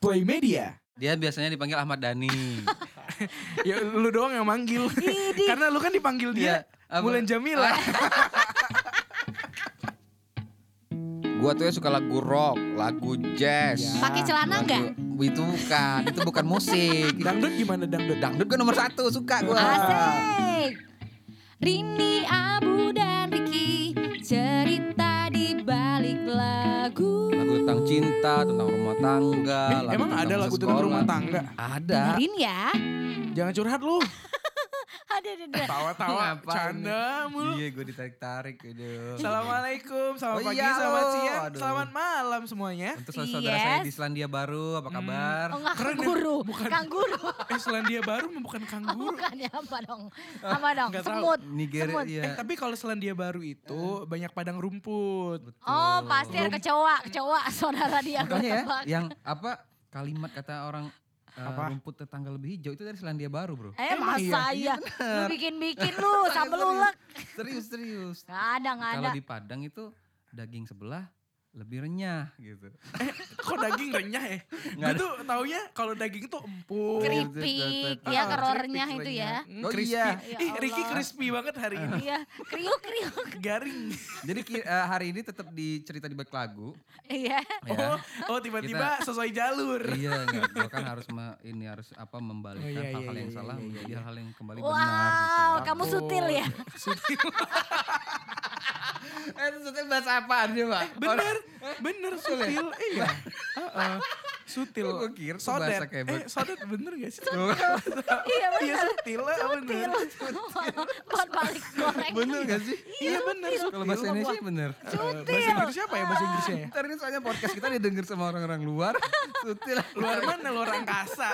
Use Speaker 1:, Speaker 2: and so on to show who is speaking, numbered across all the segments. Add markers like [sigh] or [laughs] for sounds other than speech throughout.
Speaker 1: Boy Media.
Speaker 2: Dia biasanya dipanggil Ahmad Dhani.
Speaker 1: Ya lu doang yang manggil.
Speaker 3: Idi.
Speaker 1: [laughs] Karena lu kan dipanggil dia
Speaker 2: apa?
Speaker 1: Bulan Jamila.
Speaker 2: [laughs] Gua tuh ya suka lagu rock, lagu jazz.
Speaker 3: Iya. Pakai celana
Speaker 2: Ah,
Speaker 3: enggak?
Speaker 2: Lagu- Itu bukan, itu bukan
Speaker 1: [laughs]
Speaker 2: musik.
Speaker 1: dangdut gimana dangdut?
Speaker 2: Dangdut gue nomor satu, suka gue.
Speaker 3: Asik. Rini, Abu dan Riki cerita di balik lagu.
Speaker 2: Lagu tentang cinta, tentang rumah tangga.
Speaker 1: Eh,
Speaker 2: lagu
Speaker 1: emang ada lagu tentang
Speaker 2: sekolah.
Speaker 1: rumah tangga?
Speaker 2: Ada.
Speaker 3: Dengerin ya.
Speaker 1: Jangan curhat lu.
Speaker 3: Ada
Speaker 2: [laughs]
Speaker 3: ada.
Speaker 1: Tawa-tawa,
Speaker 2: Ngapain?
Speaker 1: canda mulu.
Speaker 2: Iya, gue ditarik-tarik. Aduh.
Speaker 1: Assalamualaikum, selamat
Speaker 2: Oh
Speaker 1: pagi,
Speaker 2: iya,
Speaker 1: selamat
Speaker 2: lo.
Speaker 1: siang,
Speaker 2: Aduh.
Speaker 1: selamat malam semuanya.
Speaker 2: Untuk saudara saya
Speaker 3: Yes.
Speaker 2: di Selandia Baru, apa kabar?
Speaker 3: Oh enggak
Speaker 1: Keren ya?
Speaker 3: kangguru.
Speaker 1: Bukan.
Speaker 3: Kangguru.
Speaker 1: Eh, Selandia Baru bukan kangguru.
Speaker 3: Bukan ya apa dong?
Speaker 2: Ah,
Speaker 3: Apa dong?
Speaker 1: Nggak tahu.
Speaker 3: Semut.
Speaker 2: Nigeria,
Speaker 3: Semut.
Speaker 1: Eh,
Speaker 2: iya.
Speaker 1: tapi kalau Selandia Baru itu banyak padang rumput.
Speaker 3: Oh pasti ada kecoa, kecoa [laughs] saudara dia.
Speaker 2: Makanya ya,
Speaker 3: Tebak.
Speaker 2: yang apa kalimat kata orang eh,
Speaker 1: Apa?
Speaker 2: rumput tetangga lebih hijau itu dari Selandia Baru,
Speaker 1: [laughs]
Speaker 2: bro.
Speaker 3: Eh
Speaker 1: Emang
Speaker 3: masa
Speaker 2: iya?
Speaker 3: ya?
Speaker 2: Iya
Speaker 3: Lu bikin-bikin lu
Speaker 2: Serius,
Speaker 3: sambel
Speaker 2: serius.
Speaker 3: ulek.
Speaker 2: Serius, serius.
Speaker 3: Gak ada, gak ada.
Speaker 2: Kalau di Padang itu daging sebelah lebih renyah gitu.
Speaker 1: Kok daging renyah ya? Gue
Speaker 2: Nggak ada.
Speaker 1: tuh taunya kalau daging tuh empuk.
Speaker 2: Kering. Ah,
Speaker 3: Keripik,
Speaker 1: Oh, iya.
Speaker 3: ya
Speaker 1: keripik iya,
Speaker 3: kerornya itu
Speaker 2: renyah.
Speaker 3: ya.
Speaker 1: Hmm,
Speaker 2: Oh
Speaker 1: crispy.
Speaker 2: iya.
Speaker 3: Ya
Speaker 1: Ih, Ricky
Speaker 3: Allah.
Speaker 1: crispy banget hari ini.
Speaker 3: Iya, kriuk kriuk.
Speaker 1: Garing.
Speaker 2: Jadi ki- eh, hari ini tetap di cerita di balik lagu.
Speaker 3: [laughs]
Speaker 2: [laughs]
Speaker 3: Iya.
Speaker 2: Ya.
Speaker 1: Oh, oh tiba-tiba sesuai jalur.
Speaker 2: iya, enggak, gua kan harus me- ini harus apa membalikkan
Speaker 1: Oh, iya, iya,
Speaker 2: hal-hal yang
Speaker 1: iya,
Speaker 2: salah
Speaker 1: iya, iya,
Speaker 2: menjadi hal-hal yang kembali benar gitu.
Speaker 3: Wow, kamu sutil
Speaker 2: [laughs]
Speaker 3: ya.
Speaker 2: Eh, itu maksudnya bahasa apaan dia, Pak?
Speaker 1: Bener, bener sutil. Iya. Heeh. Sutil.
Speaker 2: Kok ya? gua kira tuh bahasa
Speaker 1: Sodet.
Speaker 2: kayak
Speaker 1: Eh,
Speaker 2: bet-
Speaker 1: sodet bener gak sih?
Speaker 3: Iya
Speaker 1: Iya,
Speaker 3: benar.
Speaker 1: sutil lah bener.
Speaker 3: Sutil. Buat balik goreng.
Speaker 2: Bener gak sih?
Speaker 1: Iya bener, sutil.
Speaker 2: Kalau bahasa Indonesia bener.
Speaker 1: Eh, Bahasa Inggris siapa ya bahasa Inggrisnya ya?
Speaker 2: Ntar ini soalnya podcast kita didengar sama orang-orang luar. [laughs] Sutil.
Speaker 1: Luar mana, luar angkasa.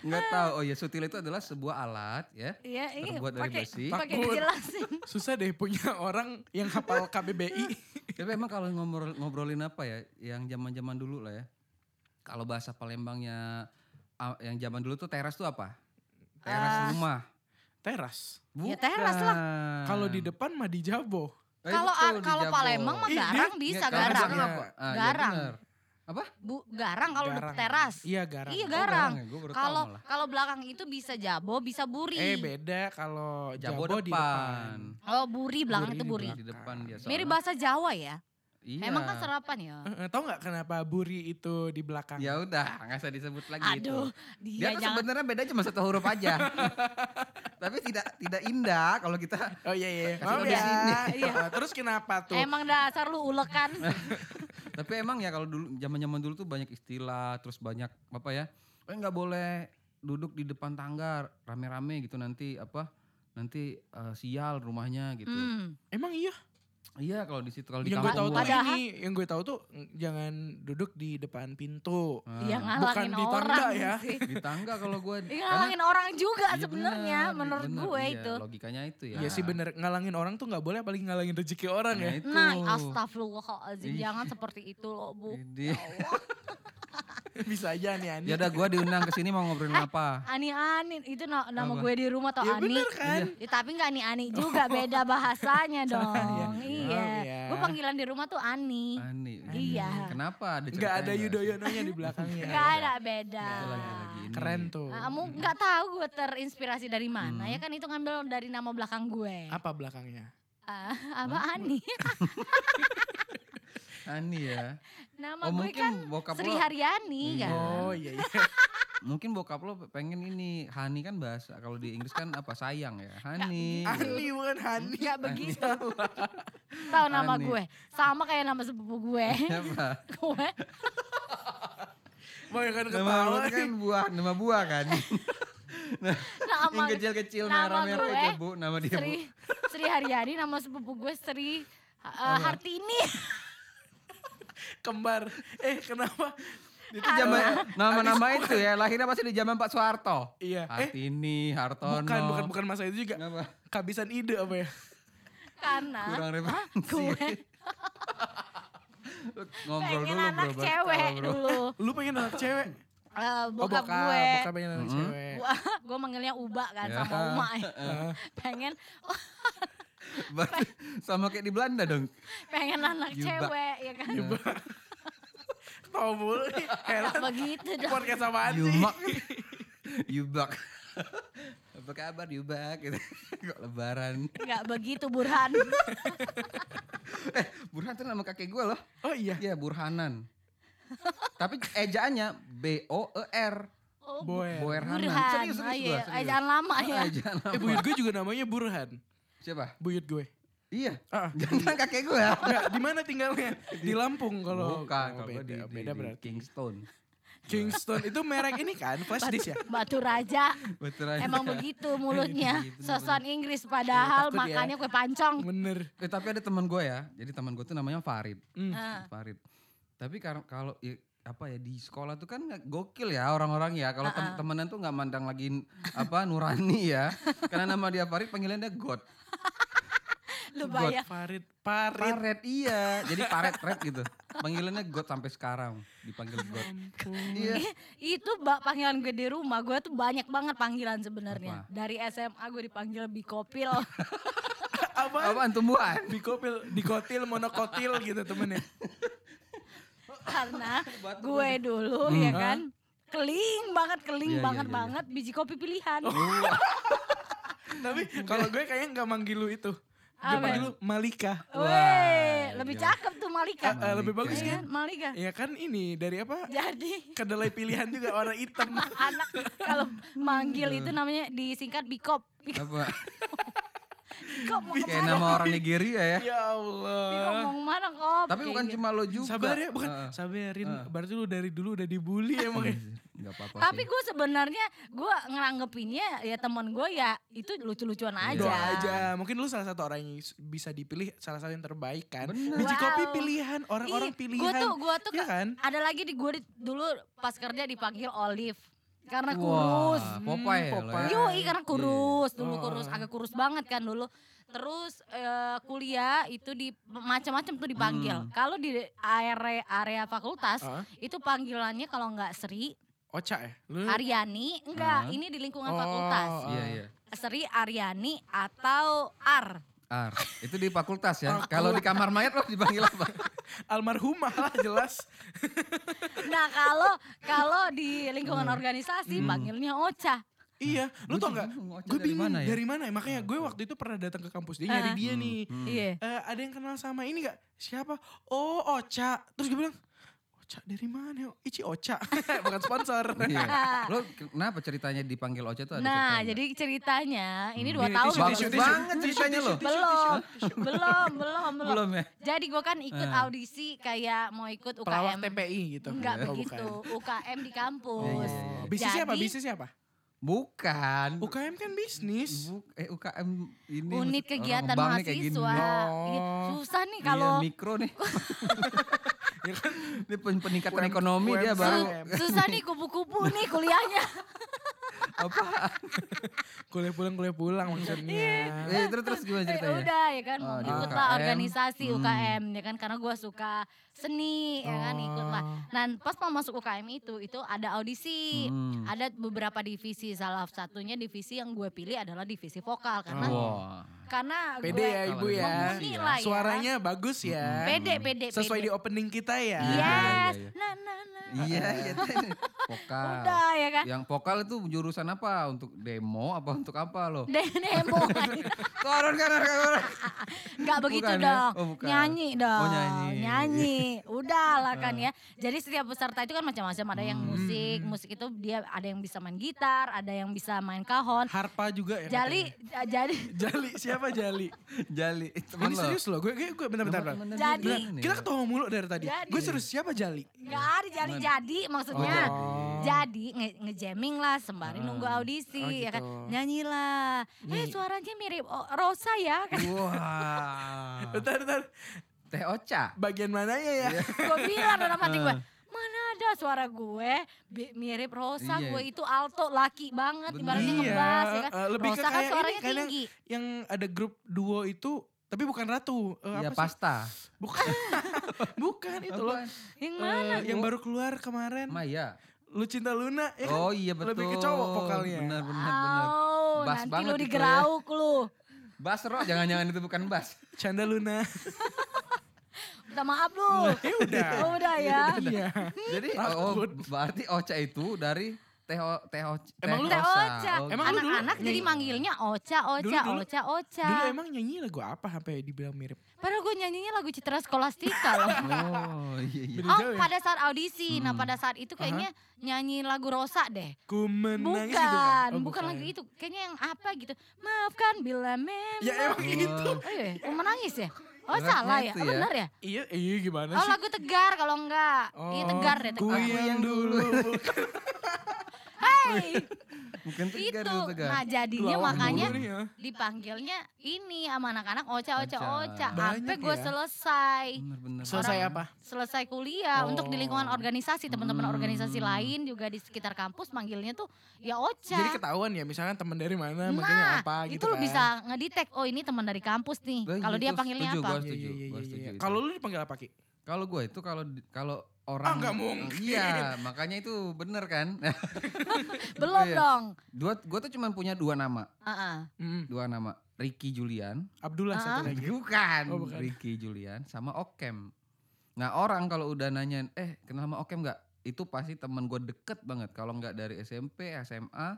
Speaker 2: Nggak tahu. Oh ya, sutil itu adalah sebuah alat ya.
Speaker 3: Iya, ini
Speaker 2: Terbuat dari
Speaker 3: pakai
Speaker 2: besi.
Speaker 3: pakai
Speaker 1: Takut.
Speaker 3: dijelasin.
Speaker 1: Susah deh punya orang yang hafal KBBI.
Speaker 2: Tapi emang kalau ngobrol, ngobrolin apa ya, yang zaman-zaman dulu lah ya. Kalau bahasa Palembangnya, ah, yang zaman dulu tuh teras tuh apa? Teras rumah.
Speaker 1: Teras.
Speaker 3: Ah. ya teras lah.
Speaker 2: Bukan.
Speaker 1: Kalau di depan mah di Jabo.
Speaker 2: Eh,
Speaker 3: Kalau
Speaker 2: betul, di
Speaker 3: kalau
Speaker 2: Jabo.
Speaker 3: Palembang mah
Speaker 1: Ih, dia-
Speaker 3: garang
Speaker 2: Iya,
Speaker 3: bisa
Speaker 2: kalau di
Speaker 3: garang.
Speaker 2: Jabo apa? Ah, iya,
Speaker 3: Garang.
Speaker 2: bener. Apa?
Speaker 3: Bu, garang kalau di
Speaker 1: Garang.
Speaker 3: teras.
Speaker 1: Iya, garang.
Speaker 3: Iya
Speaker 1: Oh,
Speaker 3: garang.
Speaker 2: ya, gua baru tahu
Speaker 3: Kalau
Speaker 2: malah.
Speaker 3: kalau belakang itu bisa jabo, bisa buri.
Speaker 1: Eh beda kalau
Speaker 2: Jabo,
Speaker 1: Jabo,
Speaker 2: depan. Iya,
Speaker 1: di depan.
Speaker 3: Oh buri belakang
Speaker 1: Buri
Speaker 3: itu
Speaker 1: di
Speaker 3: buri.
Speaker 2: Di depan dia.
Speaker 3: Mirip bahasa Jawa ya.
Speaker 2: Iya. Gitu.
Speaker 3: Emang kan serapan ya.
Speaker 1: Eh, eh, Tahu nggak kenapa Buri itu di belakang?
Speaker 2: Ya udah, nggak usah disebut lagi itu.
Speaker 3: Aduh,
Speaker 2: Dia
Speaker 3: dia
Speaker 2: tuh
Speaker 3: jangan.
Speaker 2: sebenarnya beda cuma satu huruf aja. [laughs] Tapi tidak tidak indah kalau kita
Speaker 1: Oh iya iya.
Speaker 2: Kasih
Speaker 1: Maaf
Speaker 2: tahu di
Speaker 1: ya.
Speaker 2: sini.
Speaker 1: [laughs]
Speaker 2: Eh,
Speaker 1: Iya. Terus kenapa tuh?
Speaker 3: Emang dasar lu kan? ulekan.
Speaker 2: Nah, Tapi emang ya kalau dulu zaman-zaman dulu tuh banyak istilah, terus banyak apa ya? Eh nggak boleh duduk di depan tangga rame-rame gitu nanti apa? Nanti eh, sial rumahnya gitu.
Speaker 3: Hmm.
Speaker 1: Emang iya.
Speaker 2: Iya kalau di situ kalau di
Speaker 1: Yang gue tahu tuh
Speaker 2: kampung. gua.
Speaker 3: Padahal-
Speaker 1: ini, yang gue tahu tuh mm, jangan duduk di depan pintu.
Speaker 2: Ah,
Speaker 3: Dia ngalangin
Speaker 1: di tangga
Speaker 3: orang
Speaker 1: ya.
Speaker 3: sih.
Speaker 2: di tangga kalau
Speaker 3: [laughs]
Speaker 2: gua
Speaker 3: Dia
Speaker 2: karena-
Speaker 3: ngalangin orang juga
Speaker 2: Iya
Speaker 3: Iya, sebenarnya
Speaker 2: benar,
Speaker 3: menurut
Speaker 2: benar,
Speaker 3: gue
Speaker 2: iya,
Speaker 3: itu.
Speaker 2: Logikanya itu ya.
Speaker 1: Ya sih bener ngalangin orang tuh nggak boleh apalagi ngalangin rezeki orang ya.
Speaker 2: Nah, itu.
Speaker 3: Nah, astagfirullahaladzim,
Speaker 2: Ih. Iya.
Speaker 3: jangan seperti itu loh Bu.
Speaker 2: Jadi-
Speaker 1: [laughs] Bisa aja nih Ani.
Speaker 2: Ya udah gua diundang ke sini mau ngobrolin
Speaker 3: Eh.
Speaker 2: apa?
Speaker 3: Ani Ani itu na- nama
Speaker 2: Apa? Iya,
Speaker 3: gue di rumah tau
Speaker 1: Ya
Speaker 3: Ani.
Speaker 1: bener kan?
Speaker 3: Ya, tapi nggak Ani
Speaker 2: [laughs] Oh.
Speaker 3: Ani juga beda bahasanya dong. Iya.
Speaker 1: Maaf ya.
Speaker 3: Gue panggilan di rumah tuh Ani.
Speaker 2: Ani.
Speaker 3: Iya.
Speaker 2: Kenapa ada
Speaker 1: Nggak ada
Speaker 2: ceritanya
Speaker 1: Yudhoyononya di belakangnya.
Speaker 3: Gak ada Ah, beda.
Speaker 2: iya, Itu
Speaker 3: Ah,
Speaker 2: lagi-lagi ini.
Speaker 1: Keren tuh.
Speaker 3: Kamu nggak tahu gue terinspirasi dari mana ya kan itu ngambil dari nama belakang gue.
Speaker 1: Apa belakangnya?
Speaker 3: Ah, apa Ani? [laughs]
Speaker 2: Ani ya.
Speaker 3: Nama
Speaker 2: Oh,
Speaker 3: gue
Speaker 2: mungkin
Speaker 3: kan
Speaker 2: bokap
Speaker 3: Sri
Speaker 2: lo-
Speaker 3: Haryani
Speaker 2: Iya.
Speaker 3: kan.
Speaker 1: Oh iya iya.
Speaker 3: [laughs]
Speaker 2: Mungkin bokap lo pengen ini Hani kan bahasa kalau di Inggris kan apa sayang ya Hani.
Speaker 1: Ani bukan Hani.
Speaker 3: Gak Iya. begitu.
Speaker 1: [laughs]
Speaker 3: Tahu nama
Speaker 2: Ani.
Speaker 3: gue. Sama kayak nama sepupu
Speaker 2: [laughs]
Speaker 3: gue. [laughs]
Speaker 1: [laughs]
Speaker 2: Apa?
Speaker 3: gue
Speaker 1: Mau yang kan
Speaker 2: Nama
Speaker 1: ketawa.
Speaker 2: lo kan buah, nama buah kan. nah,
Speaker 3: nama
Speaker 2: [laughs] yang kecil-kecil
Speaker 3: nama
Speaker 2: merah-merah
Speaker 3: gue
Speaker 2: itu bu, nama dia bu.
Speaker 3: Sri Sri Haryani nama sepupu gue Sri uh, Hartini.
Speaker 1: Kembar. Eh kenapa?
Speaker 2: Itu zaman nama-nama itu ya, lahirnya pasti di zaman Pak Soeharto.
Speaker 1: Iya. Eh
Speaker 2: Hartini, Hartono.
Speaker 1: bukan bukan bukan masa itu juga.
Speaker 2: Kenapa?
Speaker 1: Kehabisan ide apa ya?
Speaker 3: Karena
Speaker 2: Kurang referensi.
Speaker 3: gue
Speaker 2: [laughs] Lu Ngobrol
Speaker 3: pengen
Speaker 2: dulu
Speaker 3: anak
Speaker 2: bro,
Speaker 3: cewek
Speaker 2: baru tahu, bro. [laughs] Oh,
Speaker 3: dulu.
Speaker 1: Lu pengen anak cewek?
Speaker 3: Eh,
Speaker 1: Oh,
Speaker 3: bokap,
Speaker 1: Bokap
Speaker 3: gue.
Speaker 1: pengen anak
Speaker 2: Mm-mm.
Speaker 1: cewek.
Speaker 3: Gua- gue manggilnya Uba kan
Speaker 2: Ya.
Speaker 3: sama Uma ya. pengen
Speaker 2: Berarti sama kayak di Belanda dong.
Speaker 3: pengen anak
Speaker 2: Yuba.
Speaker 3: cewek ya kan
Speaker 1: Tau Omul.
Speaker 3: [laughs] Nggak
Speaker 1: Heran.
Speaker 3: begitu dong.
Speaker 1: Podcast apaan sih?
Speaker 2: [laughs] Yumak. Yubak. [laughs] Apa kabar Yubak? Gitu. [laughs] Kok lebaran.
Speaker 3: Nggak begitu
Speaker 2: [laughs]
Speaker 3: Burhan.
Speaker 2: Eh, Burhan tuh nama kakek gue loh.
Speaker 1: Oh iya.
Speaker 2: Iya, Burhanan. Tapi ejaannya B O E R.
Speaker 3: Oh, Bu-
Speaker 1: Boy.
Speaker 2: Boerhanan.
Speaker 3: Burhan.
Speaker 2: Serius,
Speaker 3: Oh
Speaker 2: serius
Speaker 3: iya,
Speaker 2: gua, serius.
Speaker 3: ajaan lama ya.
Speaker 2: Ejaan
Speaker 1: Eh
Speaker 2: apa?
Speaker 1: buyut gue juga namanya Burhan.
Speaker 2: Siapa?
Speaker 1: Buyut gue.
Speaker 2: Iya.
Speaker 1: Ah,
Speaker 2: Jangan kakek gue.
Speaker 1: Enggak, di mana tinggalnya? Di Lampung kalau
Speaker 2: Bukan,
Speaker 1: oh,
Speaker 2: kalau gue di,
Speaker 1: beda,
Speaker 2: di,
Speaker 1: beda
Speaker 2: di
Speaker 1: berarti.
Speaker 2: Kingston.
Speaker 1: Kingston itu merek ini kan, flash disk ya?
Speaker 3: Batu Raja.
Speaker 2: Betul aja. [laughs]
Speaker 3: Emang begitu mulutnya.
Speaker 2: Gitu, gitu,
Speaker 3: Sosokan Inggris padahal
Speaker 1: Takut ya.
Speaker 3: makannya kue pancong.
Speaker 1: Bener.
Speaker 2: Eh, tapi ada teman gue ya. Jadi teman gue tuh namanya Farid.
Speaker 1: Hmm.
Speaker 3: Ah,
Speaker 2: Farid. Tapi kar- kalau i- apa ya di sekolah tuh kan nggak- gokil ya orang-orang ya.
Speaker 3: Ah,
Speaker 2: Kalau tem- temenan tuh nggak mandang lagi n- apa nurani
Speaker 3: [laughs]
Speaker 2: ya. Karena nama dia Farid panggilannya God.
Speaker 3: lu bayang.
Speaker 1: Farid.
Speaker 3: [laughs]
Speaker 1: Farid.
Speaker 2: Paret iya. Jadi paret red gitu. Panggilannya God sampai sekarang dipanggil God.
Speaker 1: Ampun.
Speaker 2: Iya.
Speaker 3: [laughs] Itu mbak panggilan gue di rumah. Gue tuh banyak banget panggilan sebenarnya.
Speaker 2: Apa?
Speaker 3: Dari SMA gue dipanggil Bikopil.
Speaker 2: [laughs]
Speaker 1: Apa?
Speaker 2: Apaan tumbuhan?
Speaker 1: Dikopil, dikotil, monokotil gitu temennya.
Speaker 3: karena gue dulu ya
Speaker 1: Hah?
Speaker 3: kan. Keling banget, keling
Speaker 2: Iya, iya,
Speaker 3: banget
Speaker 2: iya, iya.
Speaker 3: banget. Biji kopi pilihan.
Speaker 1: Tapi kalau gue kayaknya nggak manggil lu itu. Dia
Speaker 3: Apa?
Speaker 1: manggil lu Malika.
Speaker 3: Weh,
Speaker 2: Wah,
Speaker 3: lebih
Speaker 2: iya.
Speaker 3: cakep tuh Malika.
Speaker 1: Eh, eh, lebih bagus
Speaker 3: Iya
Speaker 1: kan?
Speaker 3: kan, Malika.
Speaker 1: Ya kan ini dari apa?
Speaker 3: Jadi [laughs]
Speaker 1: Kedelai pilihan juga warna hitam.
Speaker 3: anak kalau manggil itu namanya disingkat Bikop. Bikop
Speaker 2: Apa?
Speaker 3: mau
Speaker 2: Kayak
Speaker 3: kemana?
Speaker 2: nama orang Nigeria ya.
Speaker 1: [laughs] ya
Speaker 3: Bikop
Speaker 1: Allah.
Speaker 3: mau kemana kop?
Speaker 2: Tapi bukan cuma lo juga.
Speaker 1: Sabar ya, bukan
Speaker 2: Heeh.
Speaker 1: sabarin.
Speaker 2: Heeh.
Speaker 1: Berarti lu dari dulu udah
Speaker 2: [laughs]
Speaker 1: dibully emang ya.
Speaker 2: Nggak apa-apa
Speaker 3: Tapi
Speaker 2: sih.
Speaker 3: gue sebenarnya gue ngeranggepinnya ya teman gue ya itu lucu-lucuan aja.
Speaker 1: Doa aja. Mungkin lu salah satu orang yang s- bisa dipilih salah satu yang terbaik kan.
Speaker 2: Bener.
Speaker 1: Biji kopi
Speaker 3: Wow.
Speaker 1: pilihan, orang-orang pilihan.
Speaker 3: Gue tuh gue tuh
Speaker 1: Iya
Speaker 3: ke-
Speaker 1: kan?
Speaker 3: ada lagi di gue dulu pas kerja dipanggil Olive karena
Speaker 2: Wah,
Speaker 3: kurus.
Speaker 2: Popeye Iya.
Speaker 1: Hmm,
Speaker 2: lo
Speaker 1: Popeye.
Speaker 2: ya.
Speaker 3: Yoi karena kurus, dulu
Speaker 1: Oh,
Speaker 3: kurus,
Speaker 1: oh, oh.
Speaker 3: agak kurus banget kan dulu. Terus eh, kuliah itu di macam-macam tuh dipanggil.
Speaker 2: Hmm.
Speaker 3: Kalau di area area fakultas
Speaker 1: Ah,
Speaker 3: itu panggilannya kalau nggak Sri,
Speaker 1: Oca ya? Lu
Speaker 3: Aryani, enggak,
Speaker 2: Hmm. Ah.
Speaker 3: ini di lingkungan
Speaker 1: Oh.
Speaker 3: fakultas.
Speaker 2: Iya, iya.
Speaker 3: Sri, Aryani atau Ar.
Speaker 2: Ar. Itu di fakultas ya.
Speaker 1: Fakultas.
Speaker 2: Kalau di kamar mayat lo dipanggil apa?
Speaker 1: almarhumah [laughs] lah jelas.
Speaker 3: Nah, kalau kalau di lingkungan organisasi
Speaker 2: Hmm.
Speaker 3: panggilnya Ocha.
Speaker 2: Nah,
Speaker 1: iya, lu tau gak? Gue bingung dari mana,
Speaker 2: Dari Nah,
Speaker 1: ya? Makanya gue waktu itu pernah datang ke kampus dia
Speaker 3: Ah.
Speaker 1: nyari dia nih.
Speaker 2: Hmm.
Speaker 3: Iya.
Speaker 1: Eh, ada yang kenal sama ini gak? Siapa? Oh Oca. Terus gue bilang, Oca dari mana? Ici Oca. [laughs] Bukan sponsor.
Speaker 2: Iya. [laughs] Lo kenapa ceritanya dipanggil Oce tuh ada
Speaker 3: Nah,
Speaker 2: ceritanya? Hmm,
Speaker 3: jadi ceritanya ini dua
Speaker 1: Ini
Speaker 3: tahun
Speaker 1: tisu,
Speaker 2: Bagus
Speaker 1: tisu, tisu.
Speaker 2: banget
Speaker 1: Tisu,
Speaker 2: ceritanya
Speaker 1: tisu,
Speaker 2: lo.
Speaker 1: tisu,
Speaker 3: belum, [laughs]
Speaker 1: tisu.
Speaker 3: belum, belum, belum.
Speaker 2: Belum ya?
Speaker 3: Jadi gue kan ikut
Speaker 2: Ah.
Speaker 3: audisi kayak mau ikut
Speaker 1: Pelawak
Speaker 3: UKM.
Speaker 1: TPI gitu.
Speaker 3: Enggak
Speaker 1: Oh, bukan.
Speaker 3: begitu, UKM di kampus.
Speaker 2: Iya, iya,
Speaker 1: Oh,
Speaker 2: iya.
Speaker 1: bisnisnya apa?
Speaker 3: Jadi-
Speaker 1: Bisnisnya apa?
Speaker 2: Bukan.
Speaker 1: UKM kan bisnis.
Speaker 2: Bu- eh, UKM ini.
Speaker 3: Unit
Speaker 2: maksud- orang
Speaker 3: kegiatan
Speaker 2: ngebang nih kayak gini.
Speaker 3: mahasiswa. Iya,
Speaker 1: Oh.
Speaker 3: Susah nih
Speaker 2: Iya,
Speaker 3: kalau
Speaker 2: mikro
Speaker 3: [laughs]
Speaker 2: nih. [laughs]
Speaker 1: Ya kan?
Speaker 2: Ini pen- peningkatan
Speaker 1: UM-
Speaker 2: ekonomi dia
Speaker 1: UMKM.
Speaker 2: baru.
Speaker 3: su- susah nih kupu-kupu nih kuliahnya.
Speaker 2: apa?
Speaker 1: Kuliah pulang, kuliah pulang maksudnya.
Speaker 2: Eh, terus terus gimana
Speaker 3: Eh,
Speaker 2: ceritanya?
Speaker 3: udah ya kan,
Speaker 2: Oh,
Speaker 3: mau
Speaker 2: di
Speaker 3: ikut lah
Speaker 2: UKM.
Speaker 3: organisasi
Speaker 2: Hmm.
Speaker 3: UKM ya kan karena gue suka seni ya kan ikut lah.
Speaker 1: Oh.
Speaker 3: Nah pas mau masuk UKM itu itu ada audisi,
Speaker 2: Hmm.
Speaker 3: ada beberapa divisi. Salah satunya divisi yang gue pilih adalah divisi vokal karena
Speaker 2: Wah.
Speaker 3: karena
Speaker 1: Pede
Speaker 3: gue
Speaker 1: ya ibu ya.
Speaker 3: memenuhi lah ya.
Speaker 1: Suaranya bagus ya.
Speaker 3: pede pede
Speaker 1: Sesuai
Speaker 3: pede.
Speaker 1: di opening kita ya.
Speaker 2: Iya.
Speaker 3: Yes,
Speaker 2: iya.
Speaker 3: nah nah nah.
Speaker 2: Iya, iya. Vokal.
Speaker 3: Udah ya kan.
Speaker 2: Yang vokal itu jurusan apa? Untuk demo apa untuk apa lo?
Speaker 3: Dan
Speaker 2: [laughs]
Speaker 3: demo
Speaker 2: Turun kanan kanan.
Speaker 3: Enggak begitu
Speaker 2: Bukan ya?
Speaker 3: dong.
Speaker 2: Oh, bukan.
Speaker 3: Nyanyi dong.
Speaker 2: Oh, nyanyi.
Speaker 3: Nyanyi. Udah lah kan
Speaker 2: [laughs]
Speaker 3: ya. Jadi setiap peserta itu kan macam-macam. Ada yang musik.
Speaker 2: Hmm.
Speaker 3: Musik itu dia ada yang bisa main gitar. Ada yang bisa main kahon.
Speaker 1: Harpa juga ya.
Speaker 3: Jali. j- Jadi.
Speaker 1: katanya. [laughs] Jali, siapa Jali?
Speaker 2: Jali. Temen
Speaker 1: Ini
Speaker 2: lo.
Speaker 1: serius loh, gue, gue, gue bentar, bentar, bentar.
Speaker 2: Temen-temen
Speaker 3: Jadi-
Speaker 2: dia
Speaker 1: Bentar,
Speaker 2: gimana
Speaker 1: kita
Speaker 2: ya?
Speaker 1: ketemu mulu dari tadi.
Speaker 3: Jadi.
Speaker 1: Gue serius siapa Jali?
Speaker 3: Enggak ada jadi-jadi maksudnya.
Speaker 1: Oh.
Speaker 3: Jadi nge- ngejamming lah sembari
Speaker 2: Ah.
Speaker 3: nunggu audisi
Speaker 1: Oh,
Speaker 3: ya kan.
Speaker 1: gitu.
Speaker 3: Nyanyilah. Eh
Speaker 1: Nyanyi.
Speaker 3: suaranya mirip oh, Rosa ya.
Speaker 1: [laughs]
Speaker 2: Wah.
Speaker 1: Bentar, bentar.
Speaker 2: Teh Ocha.
Speaker 1: Bagian mananya ya?
Speaker 2: Iya.
Speaker 3: gue bilang dalam hati
Speaker 1: Ah.
Speaker 3: gue mana ada suara gue bi- mirip Rosa
Speaker 2: Iya.
Speaker 3: gue itu alto laki banget
Speaker 2: Bener.
Speaker 3: ibaratnya
Speaker 2: Iya,
Speaker 3: ngebas ya kan
Speaker 1: eh, lebih ke
Speaker 3: Rosa kan
Speaker 1: kayak
Speaker 3: suaranya
Speaker 1: ini, eh, kayak yang-
Speaker 3: tinggi
Speaker 1: Yang ada grup duo itu, tapi bukan Ratu. Eh,
Speaker 2: Ya
Speaker 1: apa sih?
Speaker 2: pasta. [laughs]
Speaker 1: Bukan. bukan itu loh.
Speaker 2: Apaan?
Speaker 3: yang
Speaker 1: Eh,
Speaker 3: mana
Speaker 1: yang baru keluar kemarin.
Speaker 2: Maya.
Speaker 1: Lu Cinta Luna ya kan?
Speaker 2: iya. Oh iya betul.
Speaker 1: Lebih ke cowok vokalnya.
Speaker 2: Benar benar benar.
Speaker 3: Au,
Speaker 2: Bas
Speaker 3: nanti
Speaker 2: banget
Speaker 3: lu
Speaker 2: itu ya.
Speaker 3: digerauk lu
Speaker 1: [laughs]
Speaker 2: Bas roh jangan-jangan itu bukan bas.
Speaker 1: Canda Luna.
Speaker 3: Minta maaf lu.
Speaker 1: [laughs] Ya udah.
Speaker 3: Oh, udah ya.
Speaker 1: [laughs] Iya.
Speaker 2: Jadi oh,
Speaker 1: Takut.
Speaker 2: berarti Ocha itu dari teh o- teh o- teh
Speaker 1: Emang lu-
Speaker 3: Teh Ocha.
Speaker 2: Oh,
Speaker 1: Emang lu dulu
Speaker 3: Anak-anak jadi
Speaker 1: nyanyi-
Speaker 3: manggilnya Ocha, Ocha,
Speaker 1: Dulu- dulu-
Speaker 3: Ocha, Ocha.
Speaker 1: Dulu emang nyanyi lagu apa sampai dibilang mirip?
Speaker 3: Padahal gue nyanyinya lagu Citra Skolastika
Speaker 1: [laughs]
Speaker 3: loh.
Speaker 2: Oh iya iya.
Speaker 1: Beda
Speaker 3: Oh
Speaker 1: jauh ya?
Speaker 3: pada saat audisi, nah
Speaker 2: Hmm.
Speaker 3: pada saat itu kayaknya nyanyi lagu Rosa deh.
Speaker 1: Ku
Speaker 3: Bukan,
Speaker 1: menangis gitu kan? Oh,
Speaker 3: bukan lagu itu. Kayaknya yang apa gitu. Maafkan bila memang.
Speaker 1: Ya emang gitu.
Speaker 2: Wah,
Speaker 3: Oh, iya, mau menangis ya? Oh
Speaker 2: Beratnya
Speaker 3: salah ya?
Speaker 2: itu
Speaker 3: Oh,
Speaker 2: ya.
Speaker 3: benar ya?
Speaker 1: Iya, iya gimana sih?
Speaker 3: Oh
Speaker 1: Oh, ya.
Speaker 3: lagu Tegar kalau enggak. Iya Tegar deh,
Speaker 1: Ku
Speaker 3: Tegar.
Speaker 1: yang dulu. [laughs] Iya,
Speaker 3: Hey,
Speaker 2: Bukan tegar
Speaker 3: itu.
Speaker 1: gitu,
Speaker 2: itu tegar.
Speaker 3: Nah jadinya
Speaker 1: Lawan
Speaker 3: makanya
Speaker 1: dulu nih ya.
Speaker 3: dipanggilnya ini sama anak-anak Ocha, Ocha,
Speaker 2: Ocha.
Speaker 3: Ocha.
Speaker 1: Banyak
Speaker 3: Sampai gue
Speaker 1: ya.
Speaker 3: selesai.
Speaker 2: Bener bener.
Speaker 1: Selesai
Speaker 2: Orang-
Speaker 1: apa?
Speaker 3: Selesai kuliah untuk di lingkungan
Speaker 1: Oh.
Speaker 3: organisasi. Teman-teman
Speaker 2: Hmm.
Speaker 3: organisasi lain juga di sekitar kampus manggilnya tuh ya Ocha.
Speaker 1: Jadi ketahuan ya misalnya teman dari mana, manggilnya
Speaker 3: Nah,
Speaker 1: apa gitu
Speaker 3: itu lu
Speaker 1: kan.
Speaker 3: bisa ngedetect, oh ini teman dari kampus nih.
Speaker 2: Lah, iya,
Speaker 3: Kalau dia
Speaker 2: itu
Speaker 3: panggilnya
Speaker 2: setuju
Speaker 3: apa?
Speaker 2: gua.
Speaker 1: Iya, iya, iya,
Speaker 2: Gua
Speaker 1: iya,
Speaker 2: setuju
Speaker 1: iya.
Speaker 2: itu.
Speaker 1: Kalau lu dipanggil apa Ki?
Speaker 2: Kalau gue itu kalau di- kalau
Speaker 1: Ah,
Speaker 2: orang.
Speaker 1: nggak mungkin.
Speaker 2: Iya makanya itu bener kan.
Speaker 1: Oh,
Speaker 3: Belum
Speaker 2: Iya.
Speaker 3: dong.
Speaker 2: dua gue tuh cuman punya dua nama
Speaker 3: Heeh.
Speaker 1: Hmm,
Speaker 2: dua nama Ricky Julian.
Speaker 1: Abdullah satu
Speaker 3: Ah.
Speaker 1: lagi.
Speaker 2: Bukan.
Speaker 1: Oh, bukan.
Speaker 2: Ricky Julian sama Okem. Nah orang kalau udah nanya, eh kenal sama Okem nggak? Itu pasti temen gue deket banget. Kalau nggak dari SMP, SMA,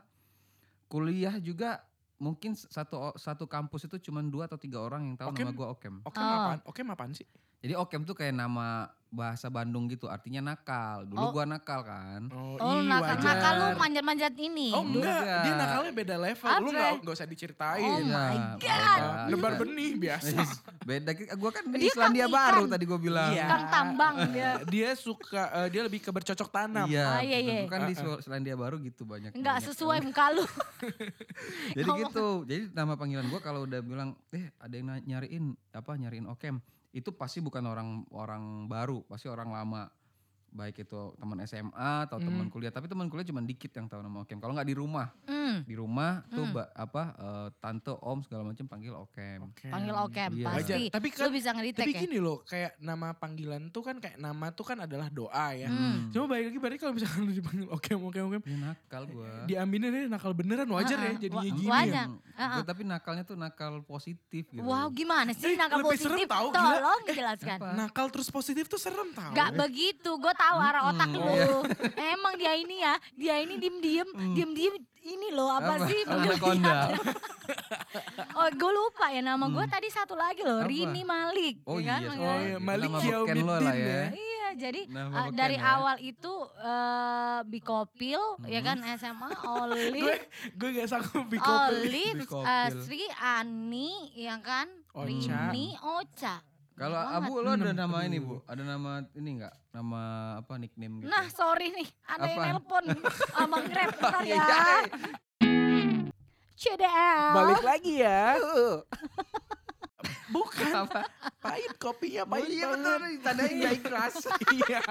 Speaker 2: kuliah juga mungkin satu satu kampus itu cuma dua atau tiga orang yang tahu
Speaker 1: Okem?
Speaker 2: nama gue Okem.
Speaker 1: Oke,
Speaker 3: Oh.
Speaker 1: apaan? Oke, apaan sih?
Speaker 2: Jadi Okem tuh kayak nama bahasa Bandung gitu, artinya nakal. Dulu
Speaker 3: Oh.
Speaker 2: gua nakal kan.
Speaker 3: Oh,
Speaker 1: ih,
Speaker 3: nakal,
Speaker 1: wajar.
Speaker 3: nakal lu manjat-manjat ini.
Speaker 1: Oh enggak, dia
Speaker 2: Enggak.
Speaker 1: nakalnya beda level. Lu
Speaker 3: Apa?
Speaker 1: enggak, enggak usah diceritain.
Speaker 3: Oh
Speaker 2: Iya,
Speaker 3: my
Speaker 2: beda.
Speaker 3: God.
Speaker 1: Ah, Nebar benih biasa.
Speaker 2: [laughs] Beda, gue kan
Speaker 3: Dia
Speaker 2: di Islandia
Speaker 3: kan
Speaker 2: baru
Speaker 3: ikan.
Speaker 2: tadi gue bilang.
Speaker 1: Iya.
Speaker 3: Kan tambang dia.
Speaker 1: dia suka, eh, dia lebih ke bercocok tanam.
Speaker 2: Iya,
Speaker 3: Ah, iya,
Speaker 2: betul.
Speaker 3: iya.
Speaker 2: Gua kan di Selandia Baru gitu banyak.
Speaker 3: Enggak
Speaker 2: banyak
Speaker 3: sesuai muka lu.
Speaker 2: Jadi
Speaker 3: Ngomong.
Speaker 2: gitu. Jadi nama panggilan gua kalau udah bilang, eh ada yang na- nyariin apa nyariin Okem, itu pasti bukan orang orang baru, pasti orang lama. Baik itu teman SMA atau teman
Speaker 1: Hmm.
Speaker 2: kuliah, tapi teman kuliah cuma dikit yang tahu nama Okem. Kalau nggak di rumah,
Speaker 3: Hmm.
Speaker 2: di rumah tuh
Speaker 3: Hmm.
Speaker 2: ba- apa eh, tante, om segala macam panggil Okem.
Speaker 1: Oke.
Speaker 3: Panggil Okem
Speaker 2: Iya.
Speaker 3: pasti.
Speaker 1: Wajar. Tapi
Speaker 3: Lu
Speaker 1: kan
Speaker 3: bisa ngedetect
Speaker 1: tapi
Speaker 3: ya.
Speaker 1: gini loh, kayak nama panggilan tuh kan kayak nama tuh kan adalah doa ya.
Speaker 3: Hmm.
Speaker 1: Cuma balik lagi berarti kalau misalkan lu dipanggil oke oke oke
Speaker 2: Dia nakal gua.
Speaker 1: diambilin dia nakal beneran wajar ya
Speaker 3: Ah, ah.
Speaker 1: jadinya
Speaker 3: Wa-
Speaker 1: gini.
Speaker 3: wajar.
Speaker 1: ya.
Speaker 3: Banyak. Ah,
Speaker 2: Gua tapi nakalnya tuh nakal positif gitu.
Speaker 3: Wow, gimana sih
Speaker 1: Eh,
Speaker 3: nakal
Speaker 1: lebih serem
Speaker 3: positif?
Speaker 1: tahu, gila.
Speaker 3: Tolong jelaskan.
Speaker 2: apa?
Speaker 1: Nakal Nah, terus positif tuh serem tau.
Speaker 3: Gak begitu, gue tahu arah otak
Speaker 2: Mm-mm. Iya.
Speaker 3: lu. Emang dia ini ya, dia ini diem-diem,
Speaker 2: Mm.
Speaker 3: diem-diem ini loh apa, sih?
Speaker 2: Anaconda.
Speaker 3: Oh gue lupa ya nama gue
Speaker 2: Hmm.
Speaker 3: tadi satu lagi loh,
Speaker 2: Apa?
Speaker 3: Rini Malik.
Speaker 2: Oh iya,
Speaker 3: ya kan,
Speaker 1: Oh
Speaker 3: panggilannya.
Speaker 1: iya,
Speaker 2: Itu
Speaker 1: Malik
Speaker 2: nama beken lo lah
Speaker 1: Yaumiddin
Speaker 2: ya.
Speaker 1: ya.
Speaker 3: Iya, jadi
Speaker 2: Nama
Speaker 3: uh,
Speaker 2: beken
Speaker 3: dari
Speaker 2: ya.
Speaker 3: awal itu eh Bikopil, ya
Speaker 2: Mm.
Speaker 3: kan SMA,
Speaker 1: Gue
Speaker 3: Olive,
Speaker 1: [laughs] gue gak sanggup bikin.
Speaker 3: Olive,
Speaker 2: Bikopil. Ah.
Speaker 3: eh, Sri, Ani, ya kan,
Speaker 1: Ocha.
Speaker 3: Rini, Ocha.
Speaker 2: Kalau
Speaker 3: Banyak
Speaker 2: Abu lo
Speaker 1: Hmm,
Speaker 2: ada nama ini Bu?
Speaker 1: aduh.
Speaker 2: Ada nama ini enggak? Nama apa nickname gitu?
Speaker 3: Nah sorry nih, ada yang
Speaker 2: Apaan? Iya,
Speaker 3: nelpon
Speaker 2: [laughs]
Speaker 3: sama Grab, bentar ya. CDL.
Speaker 1: Balik lagi ya. [laughs] Bukan
Speaker 2: Apa?
Speaker 1: pahit kopinya
Speaker 2: Oh
Speaker 1: pahit
Speaker 2: iya
Speaker 1: banget.
Speaker 2: betul, ditandai gak ikhlas.
Speaker 1: [laughs] iya.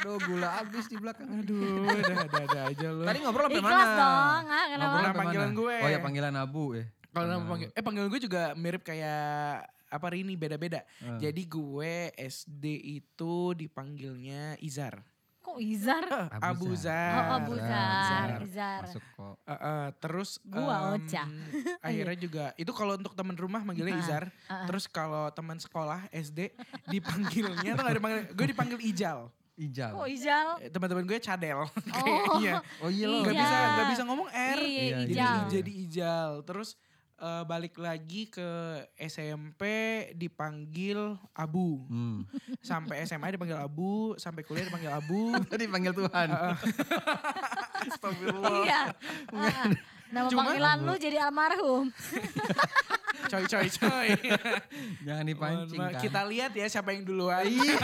Speaker 2: Aduh gula habis di belakang.
Speaker 1: Aduh, udah ada ada aja lu.
Speaker 2: Tadi ngobrol sampai mana?
Speaker 3: Ikhlas dong, ah, kenapa?
Speaker 2: Ngobrol
Speaker 1: Nama
Speaker 2: sampai
Speaker 1: panggilan
Speaker 2: mana?
Speaker 1: gue.
Speaker 2: Oh ya panggilan Abu ya.
Speaker 1: Kalau nama
Speaker 2: Panggilan
Speaker 1: panggil, eh panggilan gue juga mirip kayak apa Rini beda-beda.
Speaker 2: Eh.
Speaker 1: Jadi gue SD itu dipanggilnya Izar.
Speaker 3: Kok Izar?
Speaker 1: Eh, Abu
Speaker 2: Abu Zar.
Speaker 3: Oh,
Speaker 1: Zar.
Speaker 3: oh Buzar,
Speaker 2: Zar.
Speaker 3: Izar.
Speaker 2: Masuk kok.
Speaker 1: Eh, eh, terus
Speaker 3: Gua
Speaker 1: em,
Speaker 3: Ocha.
Speaker 1: [laughs] akhirnya juga itu kalau untuk teman rumah manggilnya
Speaker 3: Ah,
Speaker 1: Izar.
Speaker 3: ah, ah.
Speaker 1: Terus kalau teman sekolah SD [laughs] dipanggilnya tuh ada panggil, gue dipanggil Ijal.
Speaker 2: Ijal.
Speaker 3: Kok Izal?
Speaker 1: Eh, Teman-teman gue [laughs] cadel kayaknya.
Speaker 2: Oh iya lo.
Speaker 1: Gak
Speaker 3: Iya.
Speaker 1: bisa gak bisa ngomong R.
Speaker 3: Iya, iya,
Speaker 2: Iya,
Speaker 1: Jadi
Speaker 3: Ijal.
Speaker 1: i- jadi Ijal. Terus eh, balik lagi ke SMP dipanggil Abu.
Speaker 2: Hmm.
Speaker 1: Sampai SMA dipanggil Abu, sampai kuliah dipanggil Abu.
Speaker 2: [laughs] Tadi panggil Tuhan. [laughs]
Speaker 3: Iya. Ah, Nama
Speaker 1: Cuma-
Speaker 3: panggilan lu jadi
Speaker 2: [laughs]
Speaker 3: almarhum.
Speaker 1: Coy coy coy.
Speaker 2: Jangan dipancing
Speaker 1: Mohon maaf.
Speaker 2: kan.
Speaker 1: Kita lihat ya siapa yang duluan.
Speaker 2: Iya.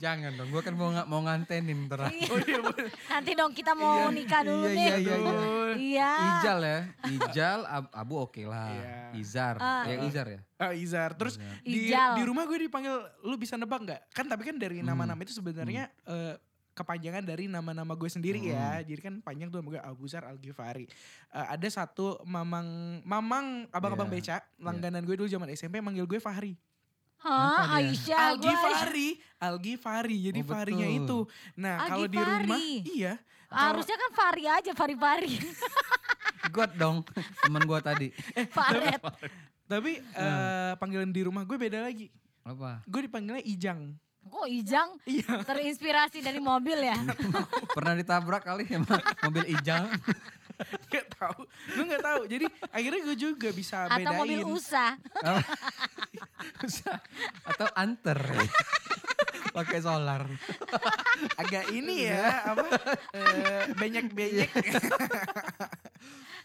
Speaker 2: Jangan dong, gua kan mau nga- mau ngantenin ntar.
Speaker 3: Iya.
Speaker 1: Oh iya, bener.
Speaker 3: Nanti dong kita mau nikah dulu
Speaker 2: iya,
Speaker 3: nih.
Speaker 2: iya, iya, iya.
Speaker 3: Iya.
Speaker 2: Ijal ya, Ijal, Ab- Abu oke lah,
Speaker 1: Iya.
Speaker 2: Izar,
Speaker 3: Ah.
Speaker 2: ya Izar ya.
Speaker 1: Ah, Izar. Terus
Speaker 2: Iya.
Speaker 1: di,
Speaker 3: Ijal.
Speaker 1: di rumah gue dipanggil lu bisa nebak nggak? Kan tapi kan
Speaker 2: Hmm.
Speaker 1: dari nama-nama itu sebenarnya eh, kepanjangan dari nama-nama gue sendiri ya.
Speaker 2: Hmm.
Speaker 1: Jadi kan panjang tuh nama gue Abuzar Al Ghifari. Eh, ada satu mamang mamang abang-abang
Speaker 2: Iya.
Speaker 1: beca langganan gue dulu zaman SMP manggil gue Fahri.
Speaker 3: Hah,
Speaker 2: Kenapa dia?
Speaker 3: Aisyah.
Speaker 1: Al
Speaker 3: Ya, gua-
Speaker 1: Ghifari, Al Ghifari. Jadi
Speaker 2: Oh,
Speaker 1: Fahrinya
Speaker 2: betul.
Speaker 1: itu. Nah,
Speaker 3: Al
Speaker 1: kalau di
Speaker 3: Ghifari.
Speaker 1: rumah iya. Kalau-
Speaker 3: Harusnya kan Fari aja, Fari-Fari.
Speaker 2: [laughs] God dong, teman gua tadi.
Speaker 3: Faret.
Speaker 2: Hmm.
Speaker 1: Tapi eh, panggilan di rumah gue beda lagi.
Speaker 2: Apa?
Speaker 1: Gue dipanggilnya Ijang. [laughs]
Speaker 3: Kok Ijang
Speaker 1: Iya.
Speaker 3: terinspirasi dari mobil ya?
Speaker 2: [laughs] Pernah ditabrak kali sama mobil Ijang. [laughs]
Speaker 1: Gak tahu. Gue gak tahu. Jadi akhirnya gue juga bisa
Speaker 3: Atau
Speaker 1: bedain.
Speaker 3: mobil usah?
Speaker 2: Atau anter. [laughs] Pakai solar.
Speaker 1: Agak ini ya. apa eh, Banyak-banyak.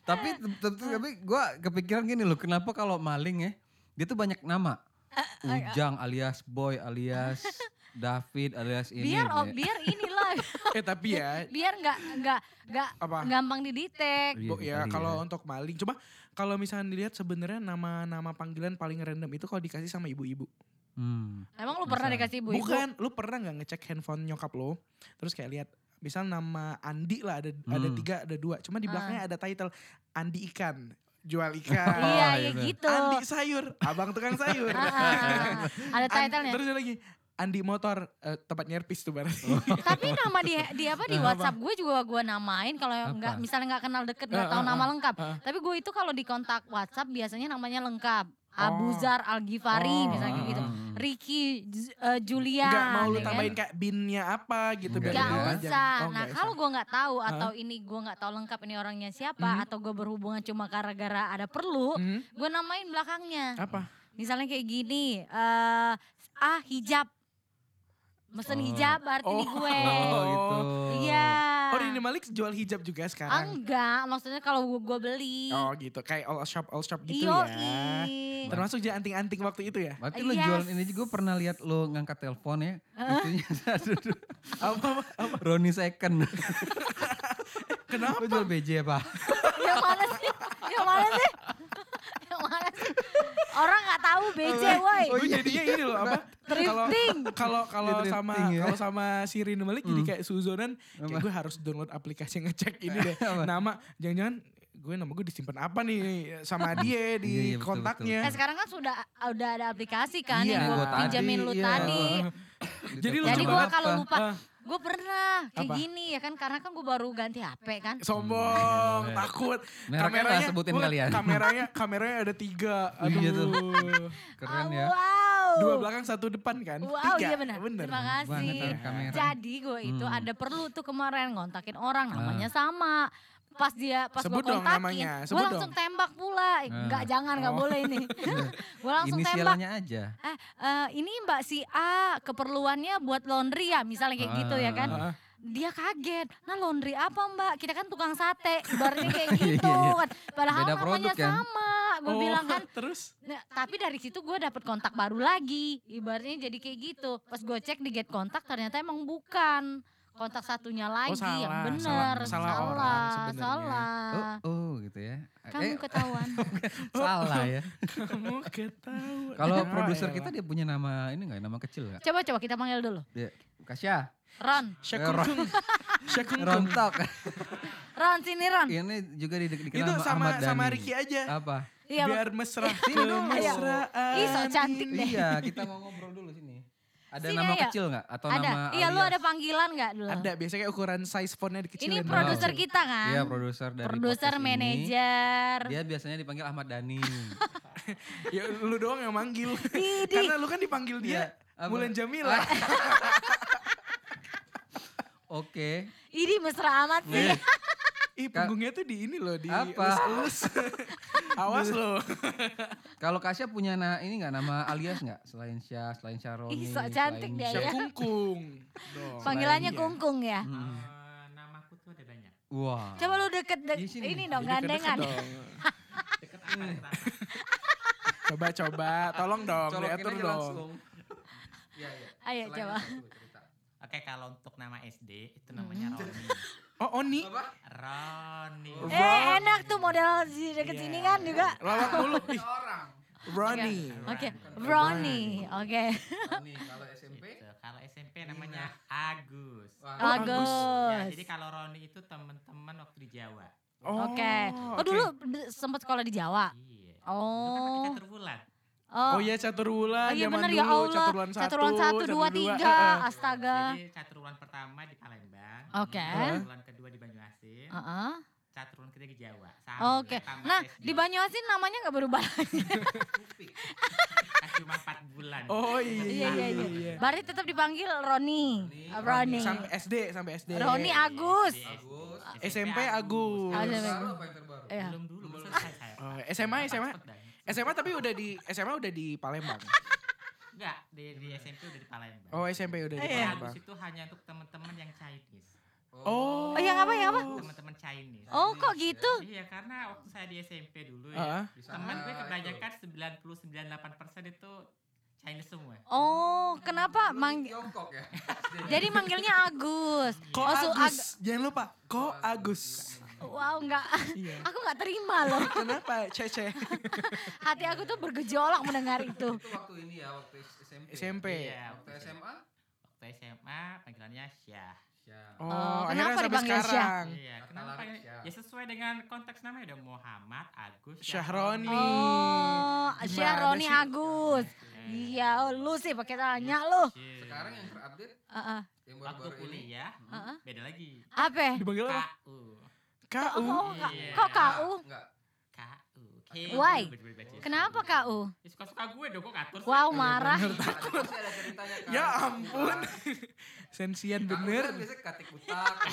Speaker 2: tapi tapi, tapi gue kepikiran gini loh kenapa kalau maling ya dia tuh banyak nama
Speaker 3: Eh,
Speaker 2: Ujang alias Boy
Speaker 3: [laughs]
Speaker 2: alias David alias ini ya.
Speaker 3: Biar oh,
Speaker 2: Bre.
Speaker 3: biar inilah,
Speaker 1: [laughs]
Speaker 3: [laughs]
Speaker 1: eh tapi ya.
Speaker 3: biar nggak nggak nggak
Speaker 1: Apa?
Speaker 3: gampang didetek.
Speaker 2: Iya,
Speaker 1: Bo- ya
Speaker 2: kali
Speaker 1: kalau untuk maling. Cuma kalau misalnya dilihat sebenarnya nama-nama panggilan paling random itu kalau dikasih sama ibu-ibu.
Speaker 2: Hmm.
Speaker 3: Emang lu pernah
Speaker 2: Bisa.
Speaker 3: dikasih ibu-ibu?
Speaker 1: Bukan, lu pernah nggak ngecek handphone nyokap lo? Terus kayak lihat misal nama Andi lah ada ada
Speaker 2: Hmm.
Speaker 1: tiga ada dua, cuma
Speaker 3: Ah.
Speaker 1: di belakangnya ada title Andi ikan, [laughs] jual ikan.
Speaker 2: Oh,
Speaker 3: Iya, ya
Speaker 2: iya.
Speaker 3: gitu.
Speaker 1: Andi sayur, abang tukang sayur.
Speaker 3: Ah, ah, ah.
Speaker 1: [laughs]
Speaker 3: ada
Speaker 1: An-
Speaker 3: title-nya.
Speaker 1: terus ada lagi Andi motor, eh, tempat nyerpis tuh barang.
Speaker 3: Tapi nama di di apa di WhatsApp gue juga gue namain kalau nggak
Speaker 2: Apa?
Speaker 3: misalnya nggak kenal deket nggak
Speaker 1: Ah,
Speaker 3: tahu
Speaker 1: ah,
Speaker 3: nama
Speaker 1: ah,
Speaker 3: lengkap.
Speaker 1: ah.
Speaker 3: Tapi gue itu kalau di kontak WhatsApp biasanya namanya lengkap. Abuzar Algifari
Speaker 1: Oh,
Speaker 3: misalnya
Speaker 1: ah,
Speaker 3: gitu.
Speaker 2: ah, ah.
Speaker 3: Ricky Z- eh, Julian.
Speaker 1: Gak mau lu
Speaker 3: ya kan?
Speaker 1: tambahin kayak binnya apa gitu. biar
Speaker 2: Nggak
Speaker 3: Gak
Speaker 1: lebih
Speaker 2: ya.
Speaker 1: panjang.
Speaker 3: usah.
Speaker 1: Oh,
Speaker 3: nah
Speaker 1: nggak
Speaker 3: kalau
Speaker 1: usah.
Speaker 3: gue nggak tahu atau ini gue nggak tahu lengkap ini orangnya siapa
Speaker 1: Hmm.
Speaker 3: atau gue berhubungan cuma gara-gara ada perlu,
Speaker 1: Hmm,
Speaker 3: gue namain belakangnya.
Speaker 1: apa?
Speaker 3: nah. Misalnya kayak gini, eh ah hijab, mesen
Speaker 2: Oh.
Speaker 3: hijab arti di
Speaker 1: Oh.
Speaker 3: gue.
Speaker 2: oh gitu
Speaker 3: Iya.
Speaker 1: Oh, Rini Malik jual hijab juga
Speaker 3: Ah,
Speaker 1: sekarang.
Speaker 3: Enggak, maksudnya kalau gue, gue beli. iya.
Speaker 1: Oh gitu, kayak all shop all shop gitu ya.
Speaker 3: Yoi.
Speaker 1: Termasuk jadi anting-anting waktu itu ya?
Speaker 2: berarti lo
Speaker 3: Yes.
Speaker 2: jualan ini juga pernah lihat lo ngangkat telepon ya itunya [laughs] satu dua.
Speaker 1: apa, apa, apa?
Speaker 2: Roni second
Speaker 1: [laughs] Kenapa?
Speaker 2: lo jual ya, BJ apa
Speaker 3: Yang mana sih? Yang mana sih? Yang mana sih? Orang nggak tahu
Speaker 1: Oh,
Speaker 3: BJ, woi.
Speaker 1: Gue jadinya ini loh apa? iya. Kalau
Speaker 3: Thrifting.
Speaker 1: kalau kalau
Speaker 2: Dia
Speaker 1: sama
Speaker 2: thrifting ya. Hmm.
Speaker 1: kalau sama si Rini Malik jadi kayak suzonan, kayak gue harus download aplikasi ngecek ini
Speaker 2: [laughs]
Speaker 1: deh. Nama jangan-jangan gue nama gue disimpan apa nih sama dia
Speaker 2: [laughs] Iya, iya,
Speaker 1: di
Speaker 2: betul,
Speaker 1: kontaknya.
Speaker 3: Eh sekarang kan sudah udah ada aplikasi kan
Speaker 1: Iya.
Speaker 3: yang gue
Speaker 1: Gua tadi,
Speaker 3: pinjamin lu
Speaker 2: iya.
Speaker 3: tadi.
Speaker 1: [laughs] Jadi lu
Speaker 3: Jadi
Speaker 1: coba
Speaker 3: gue
Speaker 2: apa?
Speaker 3: kalau lupa,
Speaker 1: Ah.
Speaker 3: gue pernah kayak
Speaker 1: Apa?
Speaker 3: gini ya kan karena kan gue baru ganti HP kan.
Speaker 1: Sombong,
Speaker 2: Hmm.
Speaker 1: takut.
Speaker 2: Mereknya nggak sebutin
Speaker 1: bukan,
Speaker 2: [laughs] kalian.
Speaker 1: Kameranya, kameranya ada tiga. Aduh.
Speaker 2: Iya tuh. keren
Speaker 3: Ah,
Speaker 2: ya
Speaker 3: Wow.
Speaker 1: Dua belakang, satu depan kan?
Speaker 3: Wow,
Speaker 1: tiga.
Speaker 3: iya benar.
Speaker 1: Bener.
Speaker 3: Terima
Speaker 2: Banget
Speaker 3: kasih.
Speaker 2: ada kamera.
Speaker 3: Jadi gue itu
Speaker 2: Hmm.
Speaker 3: ada perlu tuh kemarin ngontakin orang namanya sama. Pas dia pas
Speaker 1: Ah.
Speaker 3: gue
Speaker 1: Sebut dong
Speaker 3: kontakin,
Speaker 1: namanya,
Speaker 3: gue
Speaker 1: sebut
Speaker 3: langsung tembak pula. Eh,
Speaker 2: Nah.
Speaker 3: Enggak, jangan, enggak
Speaker 1: Oh.
Speaker 3: boleh
Speaker 1: [laughs]
Speaker 3: ini. gue langsung tembak.
Speaker 2: inisialnya aja
Speaker 3: Eh, eh, ini Mbak si A keperluannya buat laundry ya, misalnya kayak gitu ya kan.
Speaker 1: Ah.
Speaker 3: Dia kaget. Nah, laundry apa, Mbak? Kita kan tukang sate. Ibaratnya kayak
Speaker 2: [laughs] Iya,
Speaker 3: gitu
Speaker 2: iya,
Speaker 3: kan. Padahal
Speaker 2: Beda
Speaker 3: namanya
Speaker 2: produk kan?
Speaker 3: sama. Gue
Speaker 1: Oh,
Speaker 3: bilang
Speaker 2: [laughs]
Speaker 3: kan,
Speaker 1: [laughs] Terus?
Speaker 3: Nah, tapi dari situ gue dapet kontak baru lagi. Ibaratnya jadi kayak gitu. Pas gue cek di get kontak ternyata emang bukan kontak satunya lagi
Speaker 1: salah,
Speaker 3: yang
Speaker 1: salah,
Speaker 3: bener
Speaker 1: salah orang
Speaker 3: salah,
Speaker 1: sebenarnya.
Speaker 2: oh
Speaker 3: salah.
Speaker 2: oh gitu ya
Speaker 3: Ah. Kamu
Speaker 2: [laughs]
Speaker 3: ketahuan.
Speaker 2: salah
Speaker 3: [laughs]
Speaker 2: ya
Speaker 1: Kamu ketahuan.
Speaker 2: Kalau
Speaker 1: Ya
Speaker 2: produser
Speaker 1: elah.
Speaker 2: kita dia punya nama ini nggak nama kecil nggak?
Speaker 3: coba coba kita panggil dulu.
Speaker 2: Dia Kasya,
Speaker 3: Ron,
Speaker 1: Syakungkung. Syakungkung.
Speaker 2: Rontok.
Speaker 3: Ron sini Ron.
Speaker 2: ini juga di, di, dikenal
Speaker 1: Itu sama
Speaker 2: Ahmad
Speaker 1: sama
Speaker 2: Dhani.
Speaker 1: Ricky aja.
Speaker 2: Apa?
Speaker 3: Iya, Bang.
Speaker 1: Biar
Speaker 3: [laughs]
Speaker 1: mesra
Speaker 2: Sini dong.
Speaker 1: kemesraan.
Speaker 3: Ih, so cantik deh.
Speaker 2: iya, kita
Speaker 3: [laughs]
Speaker 2: mau ngobrol dulu sini. Ada
Speaker 3: Sini
Speaker 2: nama
Speaker 3: ayo.
Speaker 2: kecil nggak atau
Speaker 3: ada.
Speaker 2: nama
Speaker 3: Iya, lu
Speaker 2: alias?
Speaker 3: ada panggilan nggak dulu?
Speaker 1: Ada biasanya kayak ukuran size fontnya dikecilin.
Speaker 3: Ini
Speaker 1: doang.
Speaker 3: produser kita kan.
Speaker 2: Iya, produser dari
Speaker 3: produser,
Speaker 2: podcast ini.
Speaker 3: manajer.
Speaker 2: Dia biasanya dipanggil Ahmad
Speaker 3: [laughs]
Speaker 2: Dhani.
Speaker 1: Ya lu doang yang manggil.
Speaker 3: Didi.
Speaker 1: [laughs] Karena lu kan dipanggil
Speaker 2: Iya,
Speaker 1: dia
Speaker 2: Ah. apa?
Speaker 1: Mulan
Speaker 3: [laughs]
Speaker 1: Jamila.
Speaker 2: Oke.
Speaker 3: Ini mesra amat sih.
Speaker 2: Nih,
Speaker 1: Ih punggungnya tuh di ini loh. Di
Speaker 2: Apa?
Speaker 1: elus-elus. [laughs] Awas lo.
Speaker 2: Kalau Kasya punya na, ini nggak nama alias nggak? Selain Syah, selain Syaroni.
Speaker 3: Ih, so cantik
Speaker 2: selain
Speaker 3: dia ya.
Speaker 2: Syah-
Speaker 1: Syakungkung. Dong.
Speaker 3: Panggilannya
Speaker 1: Iya.
Speaker 3: Kungkung ya.
Speaker 2: Mm.
Speaker 4: Eh, namaku tuh ada banyak.
Speaker 2: Wah.
Speaker 3: Coba lu deket dek
Speaker 2: Di sini.
Speaker 3: ini dong
Speaker 1: Deket-deket
Speaker 3: gandengan.
Speaker 1: dong.
Speaker 4: Deket angkatan.
Speaker 1: Coba coba. Tolong dong.
Speaker 2: Colokin
Speaker 1: Diatur
Speaker 2: aja
Speaker 1: dong.
Speaker 3: [laughs]
Speaker 2: langsung. Iya, iya.
Speaker 3: Ayo
Speaker 2: Selain
Speaker 3: coba.
Speaker 2: itu, coba cerita.
Speaker 4: Hmm. Oke, kalau untuk nama SD itu
Speaker 3: Hmm. [laughs]
Speaker 4: namanya Roni.
Speaker 1: Oh Oni.
Speaker 2: Apa?
Speaker 4: Roni.
Speaker 3: Eh enak tuh model di deket
Speaker 4: Iya.
Speaker 3: sini kan juga.
Speaker 1: Lawak
Speaker 3: [laughs]
Speaker 1: mulu. Ih,
Speaker 2: orang.
Speaker 1: Ronnie.
Speaker 3: Oke, Brownie. Oke.
Speaker 2: Nah, Nih kalau SMP
Speaker 4: Gitu. Kalau SMP namanya Agus.
Speaker 2: wah,
Speaker 1: Bagus.
Speaker 4: Ya,
Speaker 3: Bagus.
Speaker 4: jadi kalau Roni itu teman-teman waktu di Jawa.
Speaker 3: Oke. Oh dulu d- sempat sekolah di Jawa.
Speaker 4: Iya.
Speaker 3: Oh.
Speaker 4: Itu kan catur bulan.
Speaker 1: Oh iya catur bulan
Speaker 3: Oh iya
Speaker 1: zaman
Speaker 3: bener
Speaker 1: dulu
Speaker 3: ya Allah.
Speaker 1: catur bulan satu,
Speaker 3: Caturulan satu, dua, tiga. Ah,
Speaker 1: heeh.
Speaker 3: Astaga.
Speaker 4: Jadi catur bulan pertama di Palembang.
Speaker 3: Oke.
Speaker 4: Catur bulan kedua di Banyuasin.
Speaker 3: Heeh.
Speaker 4: kita turun kita ke Jawa. Sama,
Speaker 3: Oke.
Speaker 4: tamat
Speaker 3: Nah,
Speaker 4: SD.
Speaker 3: di Banyuasin namanya nggak berubah lagi.
Speaker 4: Kupik. Kan cuma 4 bulan.
Speaker 1: Oh iya
Speaker 3: Iya, iya, iya. Berarti tetap dipanggil Roni. Roni.
Speaker 1: Sampai SD, sampai SD.
Speaker 4: Iya,
Speaker 3: Roni ah. Agus.
Speaker 2: Agus.
Speaker 1: SMP Agus.
Speaker 2: Yang
Speaker 3: Agus. Agus.
Speaker 2: terbaru apa yang terbaru?
Speaker 3: Iya.
Speaker 4: Belum dulu, belum selesai saya.
Speaker 1: Oh, SMA, SMA.
Speaker 4: Cepet dah.
Speaker 1: SMA tapi udah di SMA udah di Palembang.
Speaker 4: Enggak, di, di SMP udah di Palembang.
Speaker 1: Oh SMP udah di
Speaker 4: Jadi
Speaker 3: Iya.
Speaker 4: Agus
Speaker 1: Palembang.
Speaker 4: itu hanya untuk teman-teman yang Chinese.
Speaker 1: Oh.
Speaker 3: Oh, yang apa, yang apa?
Speaker 4: Teman-teman Chinese.
Speaker 3: Oh kok gitu?
Speaker 4: Iya, karena waktu saya di SMP dulu
Speaker 1: Ah.
Speaker 4: ya.
Speaker 2: Di sana
Speaker 4: Teman gue
Speaker 2: itu.
Speaker 4: kebanyakan 99,8% itu Chinese semua.
Speaker 3: Oh kenapa?
Speaker 2: Lu
Speaker 3: Mang
Speaker 2: di Tiongkok
Speaker 4: [laughs]
Speaker 2: ya.
Speaker 3: Jadi manggilnya Agus.
Speaker 1: Ko
Speaker 3: Oh, su-
Speaker 1: Agus. Jangan lupa,
Speaker 4: Oh,
Speaker 1: Ko Agus.
Speaker 3: Wow nggak,
Speaker 1: Iya.
Speaker 3: [laughs] aku nggak terima loh.
Speaker 1: Kenapa Cece?
Speaker 3: Hati aku tuh bergejolak mendengar itu.
Speaker 2: Itu waktu ini ya, waktu SMP.
Speaker 1: SMP.
Speaker 4: Iya,
Speaker 2: Waktu SMA?
Speaker 4: Waktu SMA panggilannya Syah.
Speaker 2: Ya.
Speaker 1: Oh,
Speaker 3: Oh,
Speaker 1: [laughs] akhirnya
Speaker 3: kenapa
Speaker 1: sampai
Speaker 3: dipanggil Syah?
Speaker 1: sekarang.
Speaker 4: Iya,
Speaker 2: Kata
Speaker 4: kenapa?
Speaker 2: laris
Speaker 4: ya?
Speaker 2: Syah.
Speaker 4: Ya sesuai dengan konteks namanya udah Muhammad Agus
Speaker 1: Syahroni.
Speaker 3: Oh,
Speaker 1: Gimana
Speaker 3: Syahroni
Speaker 1: sih?
Speaker 3: Agus.
Speaker 4: Syah.
Speaker 3: Iya, oh, lu sih pakai tanya lu.
Speaker 4: Iya.
Speaker 2: Sekarang yang terupdate
Speaker 3: Heeh.
Speaker 2: yang
Speaker 4: waktu
Speaker 2: baru-baru ini.
Speaker 4: kuliah
Speaker 3: Heeh.
Speaker 4: beda lagi.
Speaker 3: Apa?
Speaker 1: Dipanggil apa?
Speaker 4: KU.
Speaker 1: KU.
Speaker 3: Oh, Ka-
Speaker 4: Iya.
Speaker 3: kok KU?
Speaker 2: Enggak.
Speaker 4: KU.
Speaker 3: Why?
Speaker 4: K-U.
Speaker 3: Kenapa KU?
Speaker 4: Ya, suka-suka gue dong, gue ngatur sih.
Speaker 3: Wow, marah.
Speaker 2: Pasti ada ceritanya kan.
Speaker 1: Ya ampun. Sensian
Speaker 2: Bener.
Speaker 1: bener.
Speaker 2: kan Biasanya katik utak.
Speaker 4: [laughs]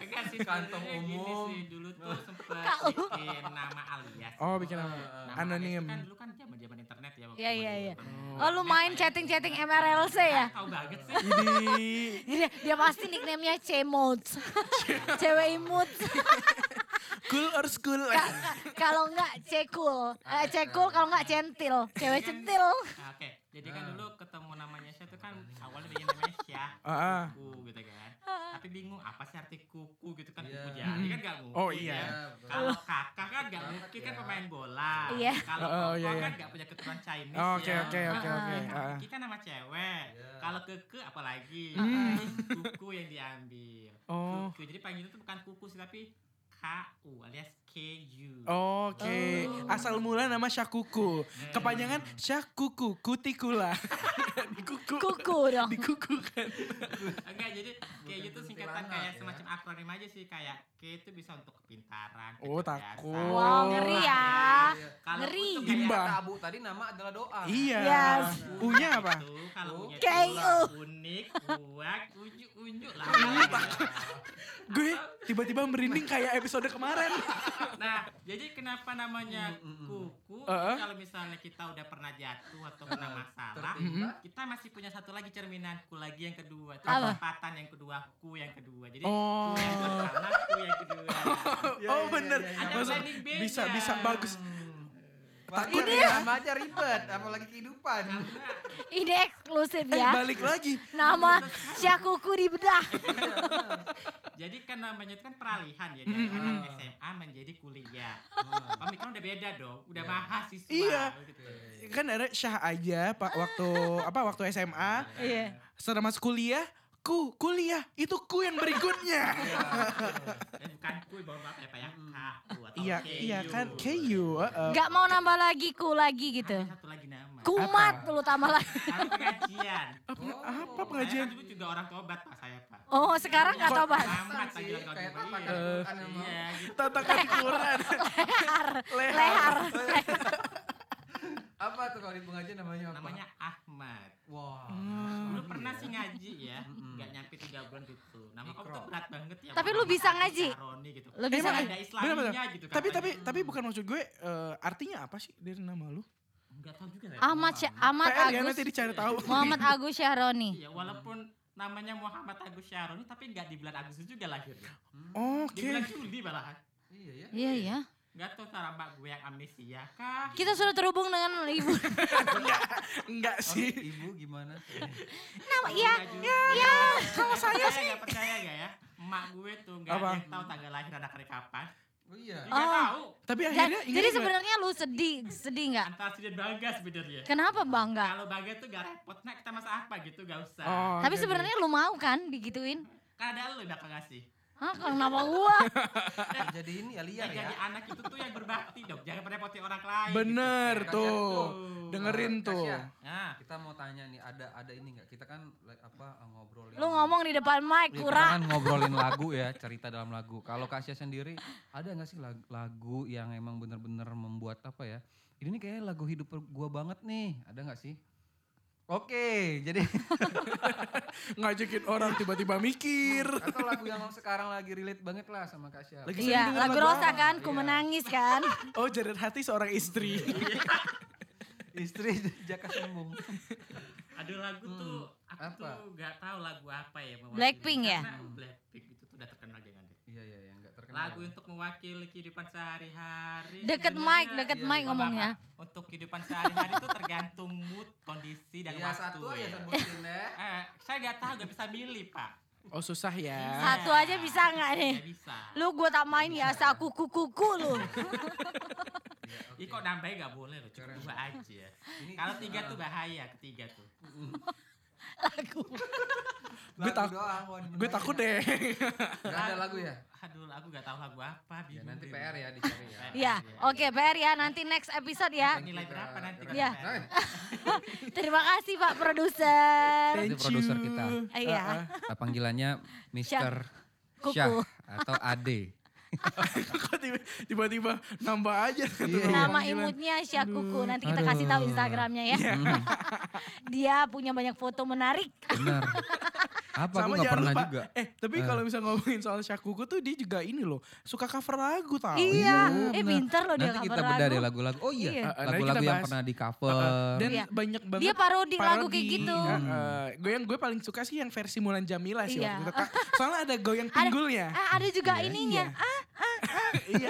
Speaker 4: Enggak sih,
Speaker 2: Kantong
Speaker 4: sebenarnya gini
Speaker 2: umum.
Speaker 4: sih, dulu tuh sempet
Speaker 3: KU.
Speaker 4: bikin nama alias.
Speaker 1: Oh, bikin [laughs] nama.
Speaker 4: Nama
Speaker 1: Anonim.
Speaker 4: alias itu Kan dulu kan zaman-zaman internet ya.
Speaker 3: Iya, iya, iya.
Speaker 4: Oh,
Speaker 3: Oh, lu main chatting-chatting MRLC ya?
Speaker 4: Tahu banget sih.
Speaker 1: Jadi
Speaker 3: Dia, dia pasti nickname-nya
Speaker 1: [laughs]
Speaker 3: Cemot. Cewek imut.
Speaker 1: cool or school.
Speaker 3: Kalau enggak Cekul. Eh, Cekul kalau enggak Centil. Cewek centil.
Speaker 4: Nah, Oke, jadi kan dulu ketemu namanya Syah itu kan awalnya bikin namanya Syah,
Speaker 1: Ah, ah.
Speaker 4: kuku gitu kan.
Speaker 3: Ah.
Speaker 4: Tapi bingung apa sih arti kuku gitu kan, kuku
Speaker 2: Iya.
Speaker 4: jari kan gak mungkin
Speaker 1: Oh,
Speaker 4: ya.
Speaker 1: iya.
Speaker 4: Kalau kakak kan gak mungkin kan
Speaker 2: Iya.
Speaker 4: pemain bola.
Speaker 3: Iya.
Speaker 4: Kalau
Speaker 1: Oh, oh,
Speaker 4: koko
Speaker 1: iya, iya.
Speaker 4: kan gak punya keturunan Chinese
Speaker 1: Oke
Speaker 4: ya.
Speaker 1: oke oke oke. Ah.
Speaker 4: Kiki kan nama cewek.
Speaker 2: Iya.
Speaker 4: Kalau keke apalagi.
Speaker 1: Hmm.
Speaker 4: Kuku yang diambil.
Speaker 1: Oh.
Speaker 4: Kuku. Jadi panggilan itu bukan kuku sih tapi KU alias KU.
Speaker 1: Oh, Oke, asal mula nama Syakuku.
Speaker 4: Nah,
Speaker 1: Kepanjangan Syakuku Kutikula. [laughs] Dikuku.
Speaker 3: Kuku dong.
Speaker 1: Dikuku kan.
Speaker 4: Enggak, jadi KU itu singkatan
Speaker 2: kuntilanak
Speaker 4: kayak
Speaker 2: ya.
Speaker 4: semacam akronim aja sih kayak K itu bisa untuk kepintaran,
Speaker 1: Oh,
Speaker 4: kecerdasan.
Speaker 1: takut.
Speaker 3: Wow, ngeri ya.
Speaker 4: Kalau
Speaker 3: Ngeri.
Speaker 4: U itu kayak
Speaker 1: Imbang.
Speaker 2: Kata Iya. Abu tadi nama adalah doa.
Speaker 1: Iya.
Speaker 3: Yes.
Speaker 1: Unya apa?
Speaker 4: Itu, Kalau
Speaker 2: U.
Speaker 4: unya
Speaker 3: K U.
Speaker 4: itu unik, uak, unyu, unyu lah.
Speaker 1: Gue tiba-tiba merinding kayak episode [laughs] kemarin.
Speaker 4: Nah, jadi kenapa namanya
Speaker 2: Mm, mm, mm.
Speaker 4: kuku?
Speaker 1: Uh-uh.
Speaker 4: Kalau misalnya kita udah pernah jatuh atau kena masalah,
Speaker 2: Tertimpa.
Speaker 4: kita masih punya satu lagi cerminanku lagi yang kedua, itu
Speaker 3: Apa?
Speaker 4: kesempatan yang kedua, ku yang kedua. Jadi
Speaker 1: Oh.
Speaker 4: ku yang pertama, ku yang
Speaker 1: [laughs]
Speaker 4: kedua.
Speaker 1: Oh bener.
Speaker 4: Ada
Speaker 1: Maksud-
Speaker 4: banding-bandingnya.
Speaker 1: bisa bisa bagus.
Speaker 2: Takut ya. Nama aja ribet, apalagi kehidupan.
Speaker 4: Iya.
Speaker 3: Ini eksklusif
Speaker 1: Eh,
Speaker 3: ya.
Speaker 1: balik lagi.
Speaker 3: Nama Syakuku di bedah.
Speaker 4: Jadi kan namanya itu kan peralihan ya dari anak SMA menjadi kuliah. Pemikiran udah beda dong, udah mahasiswa.
Speaker 1: Oh. Iya.
Speaker 4: gitu.
Speaker 1: Kan ada Syah aja Pak
Speaker 3: [laughs]
Speaker 1: waktu apa waktu SMA
Speaker 3: Iya.
Speaker 1: setelah masuk kuliah ku kuliah itu ku yang
Speaker 3: [laughs]
Speaker 1: berikutnya.
Speaker 4: Eh, bukan ku, mohon maaf ya Pak ya, ku atau
Speaker 1: Iya
Speaker 4: KU.
Speaker 1: iya kan KU. uh-uh.
Speaker 3: Gak mau nambah lagi ku lagi gitu.
Speaker 4: Ada satu lagi nama.
Speaker 3: Kumat lu tambah lagi.
Speaker 4: Kami pengajian.
Speaker 1: Apa, apa
Speaker 4: Saya
Speaker 1: pengajian?
Speaker 4: kan dulu juga orang tobat Pak saya Pak.
Speaker 3: Oh sekarang gak tobat.
Speaker 4: Tamat
Speaker 2: Sih,
Speaker 4: panggilan kalau
Speaker 2: kayak
Speaker 4: dulu.
Speaker 2: apa, kan?
Speaker 4: Iya.
Speaker 2: Kan emang.
Speaker 4: Iya, gitu.
Speaker 1: Tatakan di Quran. [laughs]
Speaker 3: Lehar.
Speaker 2: Apa tuh kalau di pengajian namanya apa?
Speaker 4: Namanya Ahmad.
Speaker 2: Wah.
Speaker 1: Hmm.
Speaker 4: Dulu pernah
Speaker 1: Iya.
Speaker 4: sih ngaji ya,
Speaker 2: Mm-mm.
Speaker 4: nggak nyampe tiga bulan gitu. Nama kamu
Speaker 2: Mikro.
Speaker 4: tuh berat banget ya.
Speaker 3: Tapi lu
Speaker 4: Muhammad
Speaker 3: bisa ngaji?
Speaker 4: Saroni gitu.
Speaker 3: Lu bisa
Speaker 4: Emang
Speaker 1: ngaji?
Speaker 4: ada
Speaker 1: Bener, bener.
Speaker 4: Islamnya gitu
Speaker 1: Tapi tapi
Speaker 4: katanya.
Speaker 1: tapi bukan maksud gue eh, artinya apa sih dari nama lu?
Speaker 4: nggak tahu juga saya.
Speaker 3: Ahmad Sya- Ahmad
Speaker 1: PR ya nanti
Speaker 3: Agus
Speaker 1: dicari tahu.
Speaker 3: Muhammad Agus Syahroni.
Speaker 4: Iya, walaupun namanya Muhammad Agus Syaroni tapi nggak di bulan Agustus juga lahirnya. Di
Speaker 1: Oke.
Speaker 4: bulan Juli malahan.
Speaker 2: Iya
Speaker 1: [laughs]
Speaker 2: ya.
Speaker 3: Iya ya.
Speaker 4: Nggak tahu cara mbak gue yang amnesia kah?
Speaker 3: Kita sudah terhubung dengan ibu.
Speaker 1: Enggak
Speaker 2: Oh,
Speaker 1: sih.
Speaker 2: ibu gimana?
Speaker 3: Nama iya.
Speaker 4: Iya, kalau saya sih. Gak percaya gak ya? Emak gue tuh gak
Speaker 1: Apa?
Speaker 4: ada yang tahu tanggal lahir anak hari kapan.
Speaker 2: Oh iya.
Speaker 4: Dia Gak
Speaker 3: Oh.
Speaker 4: tahu.
Speaker 1: Tapi
Speaker 3: Ja-
Speaker 1: akhirnya
Speaker 3: Jadi
Speaker 1: ingat nggak?
Speaker 3: sebenarnya lu sedih, sedih nggak?
Speaker 4: Antara sedih dan bangga sebenarnya.
Speaker 3: Kenapa bangga?
Speaker 4: Kalau bangga tuh gak repot. Nah kita masak apa gitu gak usah.
Speaker 1: Oh, oke,
Speaker 3: Tapi
Speaker 1: oke.
Speaker 3: sebenarnya lu mau kan digituin?
Speaker 4: Kan ada lu yang bakal ngasih.
Speaker 3: Hah, kenapa gua?
Speaker 2: jadi ini ya
Speaker 1: Iya,
Speaker 2: liar
Speaker 4: Ya, jadi anak itu tuh yang berbakti dong, jangan merepoti orang lain.
Speaker 1: Bener
Speaker 3: Iya,
Speaker 4: gitu.
Speaker 1: tuh.
Speaker 4: Tuh.
Speaker 1: Dengerin tuh.
Speaker 2: Eh,
Speaker 3: ya.
Speaker 2: Tasya,
Speaker 4: Nah,
Speaker 2: kita mau tanya nih ada ada ini nggak? Kita kan like, apa ngobrolin.
Speaker 3: Lu ngomong di depan mic,
Speaker 2: Iya, kita
Speaker 3: kurang.
Speaker 2: kan
Speaker 3: [laughs]
Speaker 2: ngobrolin lagu ya, cerita dalam lagu. Kalau Kak Asia sendiri, ada nggak sih lagu, lagu yang emang bener-bener membuat apa ya? Ini nih kayaknya lagu hidup gua banget nih, ada nggak sih? Oke, [laughs]
Speaker 1: [laughs]
Speaker 2: jadi
Speaker 1: Ngajakin orang tiba-tiba mikir.
Speaker 2: atau lagu yang sekarang lagi relate banget lah sama Kak Asia.
Speaker 1: Lagi- sering
Speaker 3: Iya,
Speaker 1: denger
Speaker 3: lagu
Speaker 1: lagu
Speaker 3: Rosa
Speaker 1: apa?
Speaker 3: kan, ku
Speaker 2: Iya.
Speaker 3: menangis kan.
Speaker 1: Oh jerit hati seorang istri.
Speaker 2: Istri [laughs] Jaka Sembung.
Speaker 4: ada lagu
Speaker 3: Hmm.
Speaker 4: tuh aku
Speaker 2: Apa?
Speaker 4: tuh nggak tahu lagu apa ya mewakili.
Speaker 3: Blackpink ya?
Speaker 4: Karena Blackpink itu tuh udah terkenal dengan dia.
Speaker 2: Iya, iya, iya, nggak terkenal.
Speaker 4: Lagu untuk mewakili kehidupan sehari-hari.
Speaker 3: Deket mic,
Speaker 4: sebenarnya-
Speaker 3: deket
Speaker 2: Iya,
Speaker 3: mic
Speaker 2: iya,
Speaker 3: ngomongnya.
Speaker 4: Untuk kehidupan sehari-hari itu tergantung mood, kondisi dan
Speaker 2: Iya,
Speaker 4: waktu.
Speaker 2: satu aja
Speaker 4: ya.
Speaker 2: sebutin deh.
Speaker 4: Eh, saya nggak tahu, nggak bisa milih pak.
Speaker 1: Oh susah ya.
Speaker 3: Satu aja bisa nggak nih?
Speaker 4: Nggak bisa.
Speaker 3: Lu gua tak main ya, saya kuku kuku lu.
Speaker 2: Iya,
Speaker 4: Ih
Speaker 2: oke.
Speaker 4: kok nambahin nggak boleh loh, cuma
Speaker 2: Keren.
Speaker 4: dua aja.
Speaker 2: Ini-
Speaker 4: Kalau tiga tuh bahaya, ketiga tuh.
Speaker 3: Lagu.
Speaker 1: Gue
Speaker 2: Lagu
Speaker 1: tak-
Speaker 2: doang, mau dibenerin
Speaker 1: Gue takut
Speaker 2: ya.
Speaker 1: deh.
Speaker 2: Nggak ada lagu ya?
Speaker 4: Aduh, aku nggak tahu lagu apa.
Speaker 2: Ya
Speaker 4: Bingung,
Speaker 2: nanti
Speaker 4: deh.
Speaker 2: PR ya dicari ya.
Speaker 3: Iya, oke PR ya, nanti next episode ya.
Speaker 4: Nilai berapa nanti?
Speaker 3: Iya.
Speaker 4: Pak?
Speaker 3: Terima kasih Pak Produser.
Speaker 1: Thank
Speaker 2: Itu produser
Speaker 1: you.
Speaker 2: kita.
Speaker 3: Iya.
Speaker 1: [laughs] Ah, ah.
Speaker 2: Nah, panggilannya Mr.
Speaker 3: Kuku.
Speaker 2: Syah atau Ade.
Speaker 1: Kok tiba- tiba-tiba nambah aja.
Speaker 2: Iya, iya.
Speaker 3: Nama
Speaker 1: Panggilan.
Speaker 3: imutnya Syah Kuku. Nanti kita
Speaker 2: Aduh.
Speaker 3: kasih tahu Instagramnya ya.
Speaker 2: Hmm,
Speaker 3: [laughs] Dia punya banyak foto menarik.
Speaker 2: benar. Apa
Speaker 1: Sama
Speaker 2: gue gak
Speaker 1: jangan
Speaker 2: pernah
Speaker 1: lupa.
Speaker 2: juga.
Speaker 1: Eh tapi
Speaker 2: Eh.
Speaker 1: kalau misalnya ngomongin soal Syakuku tuh dia juga ini loh. Suka cover lagu tau.
Speaker 3: Iya,
Speaker 2: Iya,
Speaker 3: eh
Speaker 2: benar.
Speaker 3: pinter loh dia
Speaker 2: Nanti
Speaker 3: cover
Speaker 2: kita beda deh
Speaker 3: lagu.
Speaker 2: lagu-lagu. Oh
Speaker 3: Iya.
Speaker 2: iya,
Speaker 1: Eh, eh,
Speaker 2: lagu-lagu
Speaker 1: nanti kita
Speaker 2: yang
Speaker 1: bahas.
Speaker 2: pernah di
Speaker 1: Heeh.
Speaker 2: cover.
Speaker 1: Dan
Speaker 3: Iya.
Speaker 1: banyak banget
Speaker 3: Dia parodi lagu kayak gitu.
Speaker 1: gue yang gue paling suka sih yang versi Mulan Jamila sih
Speaker 3: Iya.
Speaker 1: waktu itu. Kak. Soalnya ada goyang pinggulnya. [laughs]
Speaker 3: Ah, ada juga
Speaker 2: Iya.
Speaker 3: ininya. Ah,
Speaker 1: iya.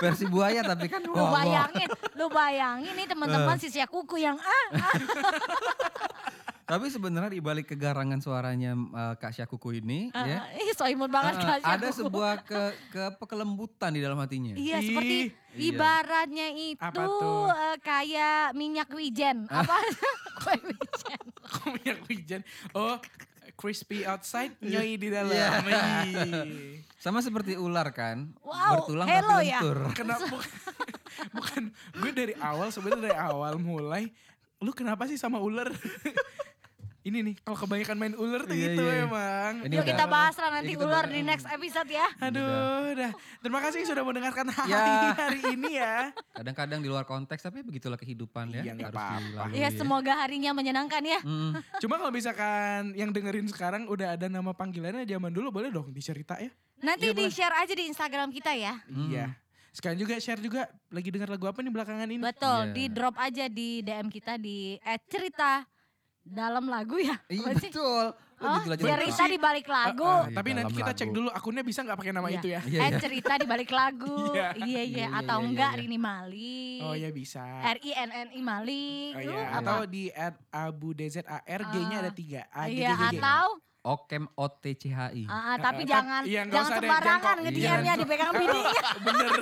Speaker 2: Versi buaya tapi kan Eh.
Speaker 3: lu
Speaker 2: wow, wow.
Speaker 3: bayangin, lu bayangin nih teman-teman si Syah Kuku yang ah, ah.
Speaker 2: Tapi sebenarnya di balik kegarangan suaranya eh, Kak Syakuku ini
Speaker 3: ah,
Speaker 2: ya.
Speaker 3: Ih, so imut
Speaker 2: eh,
Speaker 3: banget kan Syah
Speaker 2: ada
Speaker 3: Kuku.
Speaker 2: sebuah ke, ke apa, kelembutan di dalam hatinya.
Speaker 3: Iya,
Speaker 1: Ih,
Speaker 3: seperti
Speaker 2: iya.
Speaker 3: ibaratnya itu
Speaker 1: Apa tuh?
Speaker 3: eh, kayak minyak wijen.
Speaker 2: Ah.
Speaker 3: Apa? [laughs] Kue wijen.
Speaker 1: Kok minyak wijen. Oh crispy outside, nyoi di dalam.
Speaker 2: Iya.
Speaker 1: Iya.
Speaker 2: Sama seperti ular kan,
Speaker 3: Wow,
Speaker 2: bertulang
Speaker 3: hello
Speaker 2: tapi
Speaker 3: ya.
Speaker 2: lentur.
Speaker 1: Kenapa?
Speaker 2: [laughs]
Speaker 1: bukan, bukan. gue dari awal sebenarnya dari awal mulai lu kenapa sih sama ular? [laughs] ini nih kalau kebanyakan main ular tuh
Speaker 2: Iya,
Speaker 1: gitu
Speaker 2: iya.
Speaker 1: emang.
Speaker 2: Ini
Speaker 3: Yuk
Speaker 2: udah-
Speaker 3: kita bahas lah
Speaker 2: ini
Speaker 3: nanti
Speaker 2: kita
Speaker 3: ular
Speaker 2: bahas.
Speaker 3: di next episode ya.
Speaker 1: Aduh, udah. Terima kasih sudah mendengarkan [laughs] hari,
Speaker 2: Ya.
Speaker 1: hari ini ya.
Speaker 2: Kadang-kadang di luar konteks tapi begitulah kehidupan ya.
Speaker 1: Iya, nggak
Speaker 2: harus
Speaker 1: apa-apa.
Speaker 2: dilalui
Speaker 3: Ya semoga harinya menyenangkan ya.
Speaker 2: Hmm.
Speaker 1: Cuma kalau misalkan yang dengerin sekarang udah ada nama panggilannya zaman dulu boleh dong dicerita ya.
Speaker 3: Nanti
Speaker 1: Iya, boleh.
Speaker 3: di-share aja di Instagram kita ya.
Speaker 2: Hmm.
Speaker 1: Iya. Sekarang juga share juga lagi dengar lagu apa nih belakangan ini.
Speaker 3: Betul,
Speaker 2: Iya.
Speaker 3: di drop aja di DM kita di eh, cerita dalam lagu ya.
Speaker 2: Iya
Speaker 3: Apa sih?
Speaker 2: betul. Lo
Speaker 3: Oh,
Speaker 2: gitu aja lupa.
Speaker 3: cerita di balik lagu.
Speaker 1: Eh, eh,
Speaker 2: Di
Speaker 1: tapi nanti
Speaker 2: dalam
Speaker 1: kita cek
Speaker 2: lagu.
Speaker 1: dulu akunnya bisa nggak pakai nama
Speaker 3: Iya.
Speaker 1: itu ya.
Speaker 2: Ah, Iya,
Speaker 3: eh
Speaker 2: iya.
Speaker 3: cerita di balik lagu.
Speaker 1: Iya.
Speaker 3: Iya iya
Speaker 2: [laughs] Iya,
Speaker 3: atau
Speaker 2: iya, iya,
Speaker 3: enggak
Speaker 2: iya.
Speaker 3: Rini Mali.
Speaker 1: Oh ya bisa.
Speaker 3: R I N N I Mali.
Speaker 1: Oh,
Speaker 3: Lu
Speaker 1: iya.
Speaker 3: apa?
Speaker 1: Atau di at Abu DZAR G-nya ada tiga. A, G,
Speaker 3: Iya,
Speaker 1: G, G, G.
Speaker 3: atau
Speaker 2: Okem OTCHI.
Speaker 3: ah, ah,
Speaker 1: Eh,
Speaker 3: tapi
Speaker 1: eh,
Speaker 3: jangan
Speaker 1: gitu. iya, nggak
Speaker 3: jangan
Speaker 1: usah deh,
Speaker 3: sembarangan
Speaker 1: jangan kok.
Speaker 3: ngediamnya
Speaker 1: Iya.
Speaker 3: dipegang bininya.
Speaker 1: [laughs] Bener.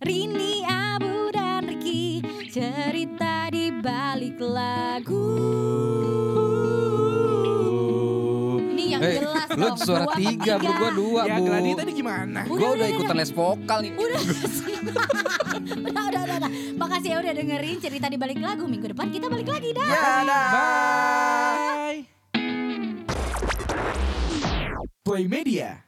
Speaker 3: Rini Abu dan Riki cerita di balik lagu. Ini yang
Speaker 2: Eh,
Speaker 3: jelas
Speaker 2: lu
Speaker 3: dong.
Speaker 2: suara
Speaker 3: dua per
Speaker 2: tiga, bu. Gua dua,
Speaker 1: ya
Speaker 2: bu.
Speaker 1: Gladi tadi gimana?
Speaker 2: Gue
Speaker 3: Udah, udah,
Speaker 2: udah
Speaker 3: udah.
Speaker 2: ikutan les vokal nih.
Speaker 3: Udah, udah, udah, udah, udah. Makasih ya udah dengerin cerita di balik lagu. Minggu depan kita balik lagi dah.
Speaker 1: Ya, Bye. Play Media.